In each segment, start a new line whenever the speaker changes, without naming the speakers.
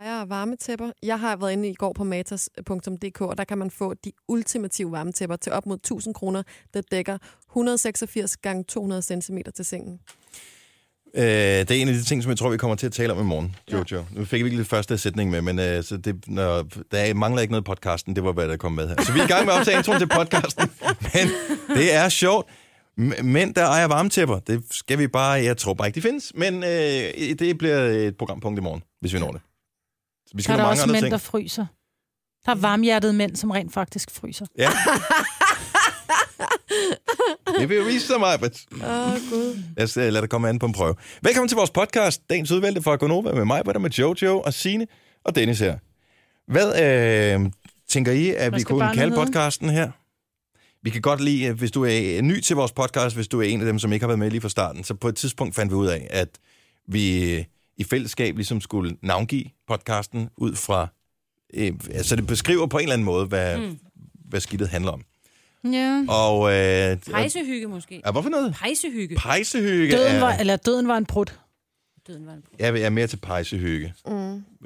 Lejer og varmetæpper. Jeg har været inde i går på matas.dk, og der kan man få de ultimative varmetæpper til op mod 1000 kroner, der dækker 186 gange 200 cm til sengen.
Øh, det er en af de ting, som jeg tror, vi kommer til at tale om i morgen, Jojo. Ja. Nu fik vi ikke lige første sætning med, men øh, så det, når, der er, mangler ikke noget i podcasten. Det var, hvad der kom med her. Så vi er i gang med at optage introen til podcasten. Men det er sjovt. M- Mænd, der ejer varmetæpper, det skal vi bare... Jeg tror bare ikke, de findes. Men øh, det bliver et programpunkt i morgen, hvis vi når det. Vi
Der
skal
er
nå
der
mange
også
andre
mænd,
ting.
der fryser. Der er varmhjertede mænd, som rent faktisk fryser.
Ja. Det vil jo vise sig, Majbert.
Åh, oh, Gud.
Lad os øh, lade det komme an på en prøve. Velkommen til vores podcast, dagens udvalgte fra Gonova med mig, med Jojo og Sine og Dennis her. Hvad øh, tænker I, at
Hvad
vi
skal
kunne
barnet
kalde
hedde?
podcasten her? Vi kan godt lide, at hvis du er øh, ny til vores podcast, hvis du er en af dem, som ikke har været med lige fra starten, så på et tidspunkt fandt vi ud af, at vi øh, i fællesskab ligesom skulle navngive podcasten ud fra... Øh, altså det beskriver på en eller anden måde, hvad, mm. hvad skidtet handler om.
Ja.
Og, øh,
Pejsehygge måske.
Ja, hvorfor noget?
Pejsehygge.
Pejsehygge
Døden var,
er,
eller døden var en prut.
Døden var en brud.
jeg er mere til pejsehygge,
Mm.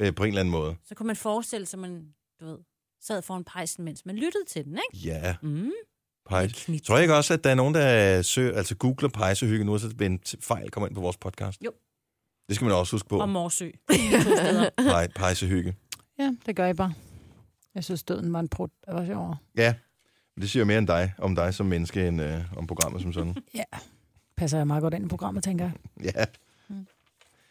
øh, på en eller anden måde.
Så kunne man forestille sig, man, du ved, sad foran pejsen, mens man lyttede til den, ikke?
Ja,
Mm.
pejse.
Knit.
Tror jeg ikke også, at der er nogen, der søger, altså googler pejsehygge nu, og så vil en t- fejl kommer ind på vores podcast?
Jo.
Det skal man også huske på,
Og Morsø. To steder.
Pej, pejsehygge.
Ja, det gør jeg bare. Jeg synes, døden var en prut. Det var sjovere.
Ja, men det siger mere end dig, om dig som menneske, end øh, om programmet som sådan.
Passer jeg meget godt ind i programmet, tænker jeg.
ja.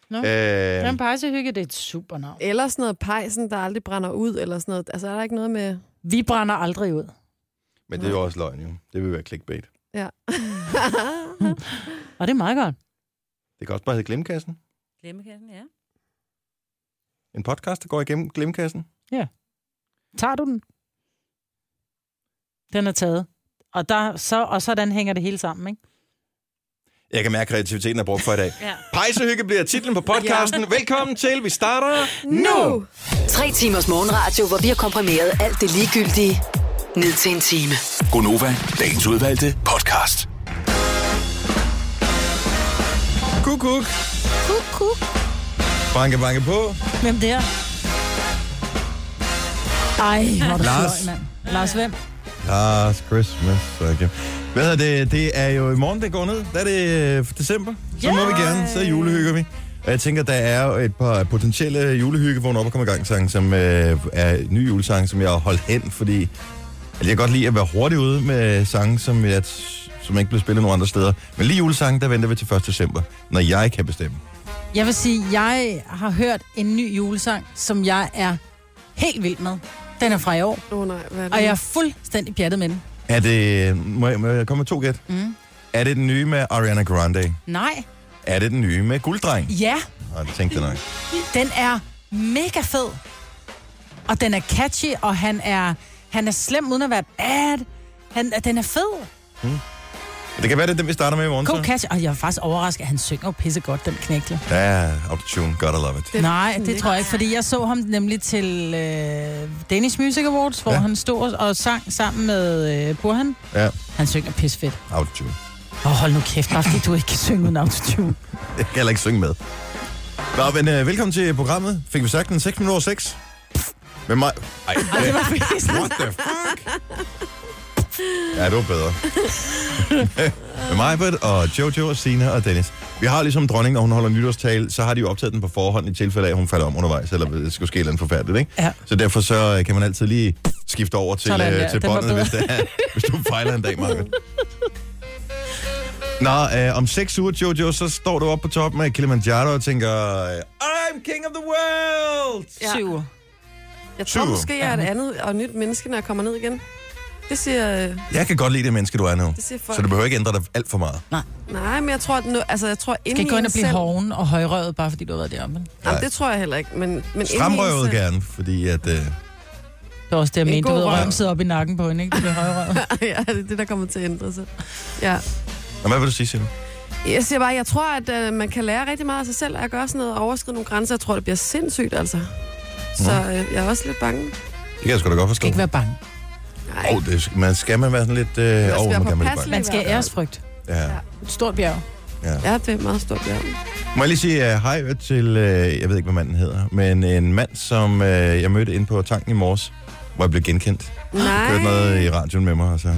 Nå.
Øh,
Den pejsehygge, det er et super navn.
Eller sådan noget pejsen, der aldrig brænder ud, eller sådan noget. Altså, er der ikke noget med...
Vi brænder aldrig ud.
men det er jo også løgn, jo. Det vil være clickbait.
Ja.
Og det er meget godt.
Det kan også bare hedde Glemkassen.
Glemmekassen, ja.
En podcast, der går igennem Glemkassen.
Tager du den? Den er taget. Og, der, så, og sådan hænger det hele sammen, ikke?
Jeg kan mærke, at kreativiteten er brugt for i dag.
Ja.
Pejsehygge bliver titlen på podcasten. ja. Velkommen til. Vi starter nu.
nu!
Tre timers morgenradio, hvor vi har komprimeret alt det ligegyldige ned til en time.
Gonova, dagens udvalgte podcast.
Kuk, kuk. Banke, banke på.
Hvem det er? Ej, hvor er du
Lars.
fløj, mand. Lars, hvem?
Last Christmas. Okay. Hvad er det? Det er jo i morgen, det går ned. Der er det øh, december. Så må vi gerne. Så julehygger vi. Og jeg tænker, der er jo et par potentielle julehygge, hvor op og kommer i gang sang, som øh, er en ny julesang, som jeg har holdt hen, fordi altså, jeg kan godt lide at være hurtig ude med sange, som, jeg, som ikke bliver spillet nogen andre steder. Men lige julesange, der venter vi til 1. december, når jeg kan bestemme.
Jeg vil sige, jeg har hørt en ny julesang, som jeg er helt vild med. Den er fra i år,
Åh oh, nej, hvad er det?
og jeg er fuldstændig pjattet med den.
Er det... Må jeg, må jeg komme med to gæt?
Mm.
Er det den nye med Ariana Grande?
Nej.
Er det den nye med Gulddreng?
Ja,
Og det tænkte jeg nok.
den er mega fed. Og den er catchy, og han er, han er slem uden at være bad. Han, den er fed.
Det kan være, det er den, vi starter med i morgen.
God
så.
catch. Og jeg er faktisk overrasket, at han synger jo pisse godt, den knækle.
Ja, up tune. Gotta love it.
Det-
Nej, det tror jeg ikke, fordi jeg så ham nemlig til øh, Danish Music Awards, hvor
Ja.
ja. han stod og- og sang sammen med øh, Burhan.
Ja,
Han synger pisse fedt.
out tune.
Åh, hold nu kæft, bare fordi du ikke kan synge uden autotune.
Jeg kan heller ikke synge med. Nå, men øh, velkommen til programmet. Fik vi sagt den 6 minutter 6? Med mig... Ej, det var What the fuck? Ja, det var bedre. med mig, Britt, og Jojo og Sina og Dennis. Vi har ligesom dronningen, når hun holder nytårstale, så har de jo optaget den på forhånd i tilfælde af, at hun falder om undervejs, eller det skulle ske et eller andet forfærdeligt, ikke?
Ja.
Så derfor så øh, kan man altid lige skifte over til,
Sådan
øh,
der.
til
Den var
båndet,
bedre.
hvis, det er, hvis du fejler en dag, Marvind. Nå, øh, om seks uger, Jojo, så står du oppe på toppen af Kilimanjaro og tænker, øh, I'm king of the world!
Ja.
Syv.
Jeg tror
Syv.
måske, jeg er et andet og nyt menneske, når jeg kommer ned igen. Det siger, øh,
Jeg kan godt lide det menneske, du er nu.
det siger folk.
Så du behøver ikke ændre dig alt for meget.
Nej, men jeg tror, at nu, altså, jeg tror
Skal
inden
ikke gå
en
ind og blive
selv...
hoven og højrøvet, bare fordi du har været deroppe.
Jamen, det tror jeg heller ikke, men... men
Stramrøvet
indhængelse-
gerne, fordi at... Øh,
Det var også det, jeg
En
mente. Du
god
ved,
røv.
røven sidder op i nakken på hende, ikke? Du bliver højrøvet.
ja, det er det, der kommer til at ændre sig. Ja.
Nå, hvad vil du sige, Sina?
Jeg siger bare, jeg tror, at øh, man kan lære rigtig meget af sig selv af at gøre sådan noget og overskride nogle grænser. Jeg tror, det bliver sindssygt, altså. Så øh, jeg er også lidt bange.
Det kan jeg sgu da godt
Skal
forstå.
ikke være bange.
Nej,
Oh, det, man skal man være sådan lidt... Øh,
skal
oh,
være
man kan man lidt
påpasselig.
bange.
Man skal
være-
æresfrygt.
Ja.
Et stort bjerg.
Ja, det er et meget stort bjerg.
Må jeg lige sige uh, hej til, uh, jeg ved ikke, hvad manden hedder, men en mand, som uh, jeg mødte inde på tanken i morges, hvor jeg blev genkendt. Jeg hørte noget i radioen med mig, og så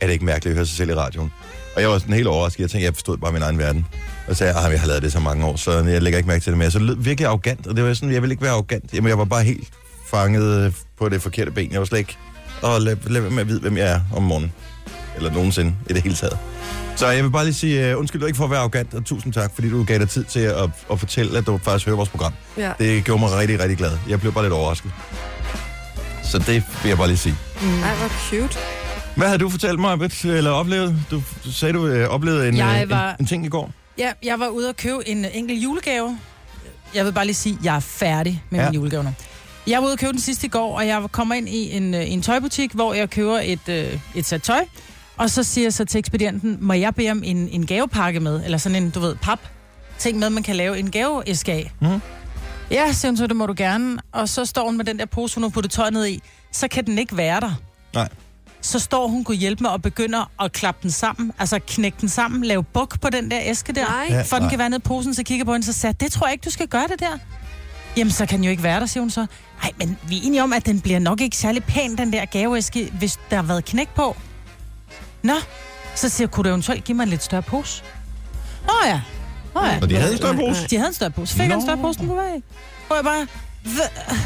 er det ikke mærkeligt at høre sig selv i radioen. Og jeg var sådan helt overrasket. Jeg tænkte, jeg forstod bare min egen verden. Og så sagde jeg, "Ah, jeg har lavet det så mange år, så jeg lægger ikke mærke til det mere. Så det lød virkelig arrogant, og det var sådan, jeg ville ikke være arrogant. Jamen, jeg var bare helt fanget på det forkerte ben. Jeg var slet ikke, og lad, lad være med at vide, hvem jeg er om morgenen. Eller nogensinde, i det hele taget. Så jeg vil bare lige sige uh, undskyld ikke for at være arrogant, og tusind tak, fordi du gav dig tid til at, at fortælle, at du faktisk hører vores program.
Ja.
Det gjorde mig rigtig, rigtig glad. Jeg blev bare lidt overrasket. Så det vil jeg bare lige sige.
Ej, hvor cute.
Hvad havde du fortalt mig, Britt, eller oplevet? Du du sagde, du øh, oplevede en,
Jeg
øh, en,
var-
en ting i går.
Ja, jeg var ude og købe en øh, enkelt julegave. Jeg vil bare lige sige, at jeg er færdig med
Ja.
ja. min julegave nu. Jeg var ude og købe den sidste i går, og jeg kommer ind i en, øh, en tøjbutik, hvor jeg køber et, øh, et sæt tøj. Og så siger jeg så til ekspedienten, må jeg bede om en, en gavepakke med? Eller sådan en, du ved, pap ting med, man kan lave en gaveæske af.
Mhm.
Ja, siger hun så, det må du gerne. Og så står hun med den der pose, hun har puttet tøj ned i. Så kan den ikke være der.
Nej.
Så står hun, kunne hjælpe mig, og begynder at klappe den sammen. Altså knække den sammen, lave buk på den der æske der.
Nej.
Ja.
Ja.
For den
nej.
kan være nede i posen, så kigger jeg på hende, så sagde jeg, det tror jeg ikke, du skal gøre det der. Jamen, så kan den jo ikke være der, siger hun så. Nej, men vi er enige om, at den bliver nok ikke særlig pæn, den der gaveæske, hvis der har været knæk på. Nå, så siger jeg, kunne du eventuelt give mig en lidt større pose? Nå ja, Nå ja.
Og de havde en større
Nej,
pose.
nej.
De havde en større pose. Fik jeg en
Nå.
større pose, den på vej. Hvor jeg bare, "Hva-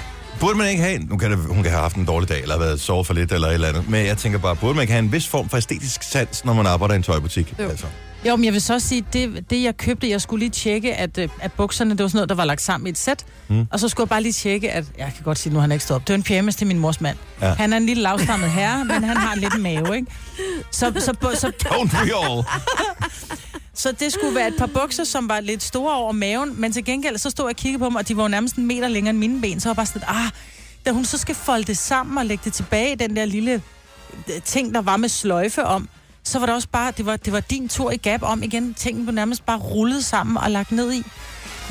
Burde man ikke have en... Nu kan det, hun kan have haft en dårlig dag, eller have været sovet for lidt, eller et eller andet. Men jeg tænker bare, burde man ikke have en vis form for æstetisk sans, når man arbejder i en tøjbutik?
Jo.
Altså.
Jo, men jeg vil så sige, det, det jeg købte, jeg skulle lige tjekke, at, øh, at bukserne, det var sådan noget, der var lagt sammen i et sæt.
Mm.
Mm. Og så skulle jeg bare lige tjekke, at, jeg kan godt sige, nu har han ikke stået op. Det var en pyjamas til min mors mand.
Ja.
Ja. Han er en lille lavstammet herre, men han har lidt en mave, ikke? Så, så, så, så,
Don't we all?
så det skulle være et par bukser, som var lidt store over maven, men til gengæld så stod jeg og kiggede på dem, og de var jo nærmest en meter længere end mine ben, så var jeg bare sådan, ah, da hun så skal folde det sammen og lægge det tilbage i den der lille øh, ting, der var med sløjfe om, så var det også bare, det var, det var din tur i gap om igen. Tingene blev nærmest bare rullet sammen og lagt ned i.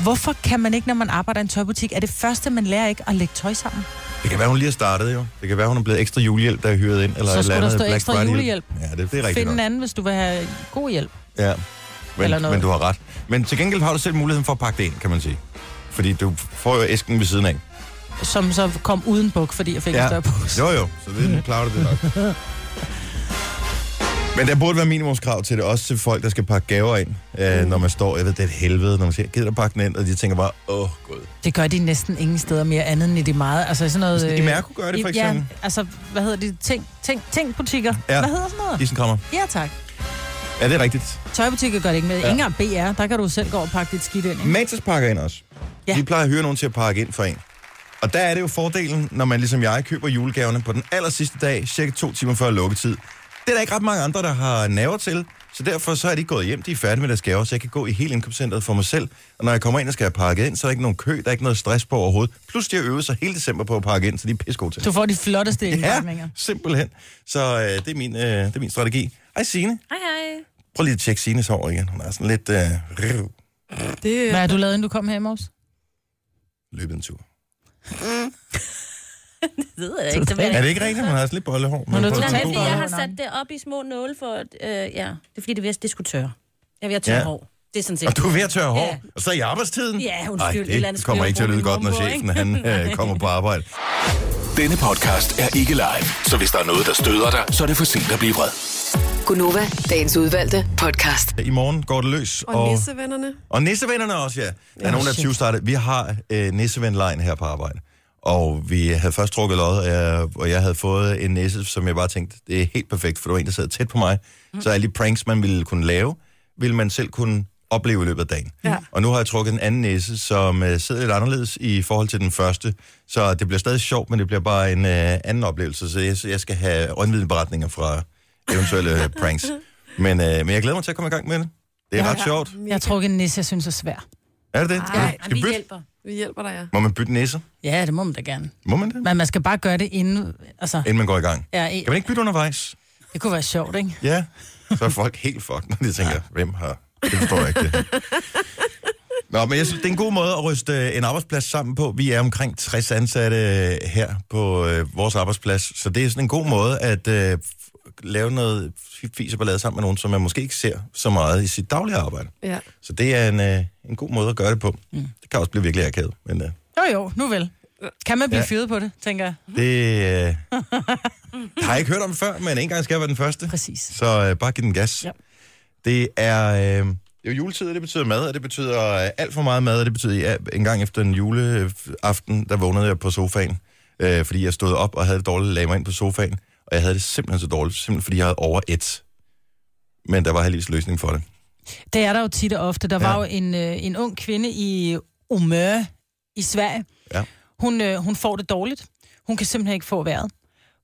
Hvorfor kan man ikke, når man arbejder i en tøjbutik, er det første, man lærer ikke at lægge tøj sammen?
Det kan være, hun lige har startet jo. Det kan være, hun er blevet ekstra julehjælp, der er hyret ind. Eller
Så
et
skulle
eller andet
der stå
Black
ekstra
Friday-hjælp.
julehjælp.
Ja, det, det er rigtigt
Find en
nok.
anden, hvis du vil have god hjælp.
Ja.
Eller
Men,
noget.
men du har ret. Men til gengæld har du selv muligheden for at pakke det ind, kan man sige. Fordi du får jo æsken ved siden af.
Som så kom uden buk, fordi jeg fik ja. en større pose.
Jo, jo, så det nu klarer du det nok. Men der burde være minimumskrav til det, også til folk, der skal pakke gaver ind, øh,
Mm.
når man står, jeg ved, det er et helvede, når man siger, gider du pakke den ind, og de tænker bare, åh, oh, gud.
Det gør de næsten ingen steder mere andet end i de meget. Altså sådan noget...
I Mærko gør det, for
i-
eksempel.
Ja, altså, hvad hedder det? Ting, ting, ting butikker.
Ja.
Ja. Hvad hedder sådan noget?
Isen kommer.
Ja, tak.
Ja, det er rigtigt.
Tøjbutikker gør det ikke med.
Ja.
Ja. Ingen BR, der kan du selv gå og pakke dit skidt ind. Ikke?
Matas pakker ind også. Ja.
Ja.
De plejer at hyre nogen til at pakke ind for en. Og der er det jo fordelen, når man ligesom jeg køber julegaverne på den aller sidste dag, cirka to timer før lukketid. Det er der ikke ret mange andre, der har naver til, så derfor så er de gået hjem, de er færdige med deres gaver, så jeg kan gå i hele indkøbscentret for mig selv. Og når jeg kommer ind og skal have pakket ind, så er der ikke nogen kø, der er ikke noget stress på overhovedet. Plus de har øvet sig hele december på at pakke ind, så de er pissegode til.
Du får de flotteste indpakninger.
Ja, simpelthen. Så øh, det, er min, øh, det er min strategi. Hej Signe.
Hej, hej.
Prøv lige at tjekke Signes hår igen. Hun er sådan lidt øh, rrr,
Det,
Hvad har du lavet, inden du kom her i morges?
løbet en tur.
Det ved jeg ikke. Det ved jeg
Er
ikke.
det ikke rigtigt? Hun har også lidt bollehår.
Hun er
har fået
Nej,
totalt
det er,
sådan
fordi
en god-
jeg har sat det op i små nåle for... at, Øh, ja, det er fordi, det, er ved at- det skulle tørre. Jeg vil have tørre
Ja.
ja. hår. Det er sådan set.
Og du er ved at tørre hår,
Ja.
og så i arbejdstiden?
Ja, undskyld,
Ej,
et eller andet
det kommer ikke til at lyde godt, når
spillerbrug,
chefen
ikke?
han, øh, kommer på arbejde.
Denne podcast er ikke live, så hvis der er noget, der støder dig, så er det for sent at blive vred.
Gunova, dagens udvalgte podcast.
I morgen går det løs.
og nissevennerne.
og nissevennerne også, ja. Der er nogen, der er
shit.
20 startet. Vi har øh, nissevenlejen her på arbejde. Og vi havde først trukket lod, og jeg, og jeg havde fået en nisse, som jeg bare tænkte, det er helt perfekt, for det var en, der sad tæt på mig. Mm. Så alle de pranks, man ville kunne lave, ville man selv kunne opleve i løbet af dagen.
Ja.
Og nu har jeg trukket en anden næse, som øh, sidder lidt anderledes i forhold til den første. Så det bliver stadig sjovt, men det bliver bare en øh, anden oplevelse. Så jeg, så jeg skal have øjenvidenberetninger fra eventuelle pranks. Men, øh, men jeg glæder mig til at komme i gang med det. Det er ja, ret sjovt.
Jeg har trukket en nisse, jeg synes er svær.
Er det det?
Ja,
Skal vi
vi
bytte?
hjælper.
Vi hjælper dig, ja.
Må man bytte næse?
Ja, det må man da gerne.
Må man det?
Men man skal bare gøre det inden... Altså,
Inden man går i gang.
ja,
Kan man ikke bytte undervejs?
det kunne være sjovt, ikke?
Ja. Så er folk helt fucked, når de tænker, ja. hvem har... Det forstår jeg ikke. det her. Nå, men jeg synes, det er en god måde at ryste øh, en arbejdsplads sammen på. Vi er omkring 60 ansatte øh, her på øh, vores arbejdsplads, så det er sådan en god måde at øh, f- lave noget fis og ballade sammen med nogen, som man måske ikke ser så meget i sit daglige arbejde.
Ja.
Så det er en, øh, en god måde at gøre det på. Mm. Det kan også blive virkelig akavet, men øh,
Jo, jo, nu vel. Kan man blive
Ja.
ja. fyret på det, tænker jeg.
det øh, har jeg ikke hørt om før, men en gang skal jeg være den første.
Præcis.
Så øh, bare giv den gas.
Ja.
Det er... Øh, det er jo juletid, og det betyder mad, og det betyder øh, alt for meget mad, og det betyder, ja, en gang efter en juleaften, der vågnede jeg på sofaen, øh, fordi jeg stod op og havde det dårligt, lagde mig ind på sofaen, og jeg havde det simpelthen så dårligt, simpelthen fordi jeg havde over et. Men der var heldigvis løsning for det.
Det er der jo tit og ofte. Der
Ja.
var jo en, øh, en ung kvinde i Omør i Sverige.
Ja.
Hun, øh, hun får det dårligt. Hun kan simpelthen ikke få vejret.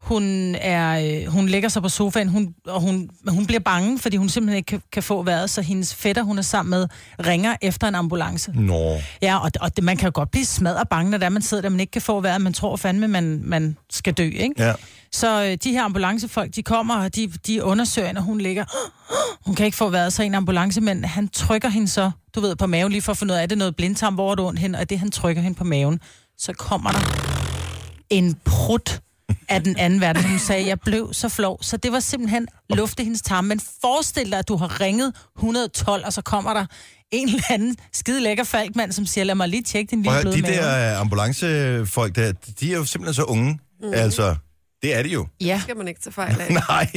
Hun, er, øh, hun lægger sig på sofaen, hun, og hun, hun bliver bange, fordi hun simpelthen ikke kan, kan få vejret, så hendes fætter, hun er sammen med, ringer efter en ambulance.
Nå,
Ja, og, og det, man kan jo godt blive smadret bange, når det er, man sidder der, man ikke kan få vejret, man tror fandme, man, man skal dø, ikke?
ja.
Så øh, de her ambulancefolk, de kommer, og de, de undersøger hende, og hun ligger... Hun kan ikke få været så en ambulancemand. Han trykker hende så, du ved, på maven, lige for at finde ud af, er det noget blindtarm, hvor er det ondt hende? Og det, han trykker hende på maven, så kommer der en prut af den anden verden. Hun sagde, jeg blev så flov. Så det var simpelthen luft i hendes tarm. Men forestil dig, at du har ringet 112, og så kommer der en eller anden skide lækker falkmand, som siger, lad mig lige tjekke din
Prøv
lille
at høre,
bløde
de
mave.
der øh, ambulancefolk der, de er jo simpelthen så unge. Mm. Altså, det er de jo.
Ja.
Skal man ikke tage fejl af.
Nej.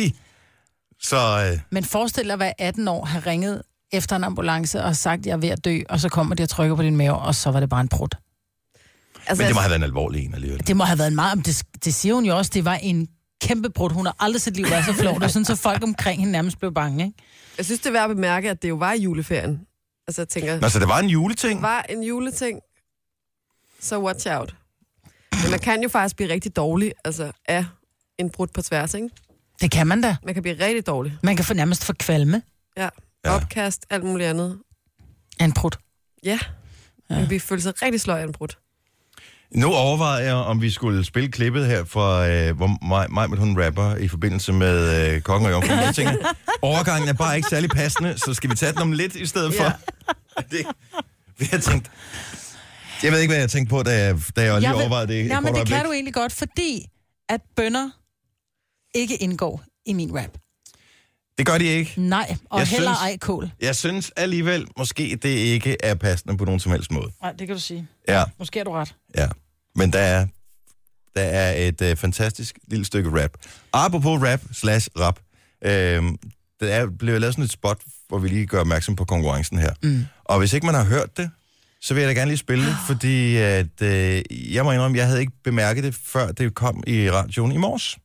Så øh,
Men forestil dig at være 18 år, have ringet efter en ambulance og sagt, jeg er ved at dø, og så kommer de og trykker på din mave, og så var det bare en brud.
Altså,
men det må have været en alvorlig en alligevel.
Det må have været en meget... men Det, det siger hun jo også, det var en kæmpe brud. Hun har aldrig set liv været så flot, og sådan så folk omkring hende nærmest blev bange, ikke?
jeg synes, det er værd at bemærke, at det jo var i juleferien. Altså, jeg tænker,
Nå, så det var en juleting?
var en juleting, så watch out. Men man kan jo faktisk blive rigtig dårlig altså, af en brud på tværs, ikke?
Det kan man da.
Man kan blive rigtig dårlig.
Man kan få nærmest få kvalme
Ja.
Ja.
ja. Opkast, alt muligt andet.
af en brud.
Ja. ja. Man kan blive følt sig rigtig sløj af en brud.
Nu overvejede jeg, om vi skulle spille klippet her fra, øh, hvor Maj, Maj med hun rapper i forbindelse med øh, Kongen og Jomfruen. Jeg tænker, jeg, overgangen er bare ikke særlig passende, så skal vi tage den om lidt i stedet for?
Ja.
Det, jeg tænkte, jeg ved ikke, hvad jeg tænkte på, da jeg, da jeg lige overvejede det. et
Nej, men
kort
det kan du
øjeblik.
egentlig godt, fordi at bønder ikke indgår i min rap.
Det gør de ikke.
Nej, og
Jeg
jeg heller
synes-
synes... ej kål.
Jeg synes alligevel, måske det ikke er passende på nogen som helst måde.
Nej, det kan du sige.
Ja,
Måske er du ret.
ja. Men der er, der er et øh, fantastisk lille stykke rap. Apropos rap slash rap. Øh, der er, blev lavet sådan et spot, hvor vi lige gør opmærksom på konkurrencen her. Mm. Og hvis ikke man har hørt det, så vil jeg da gerne lige spille det, fordi at, øh, jeg må indrømme, jeg havde ikke bemærket det, før det kom i radioen i morges.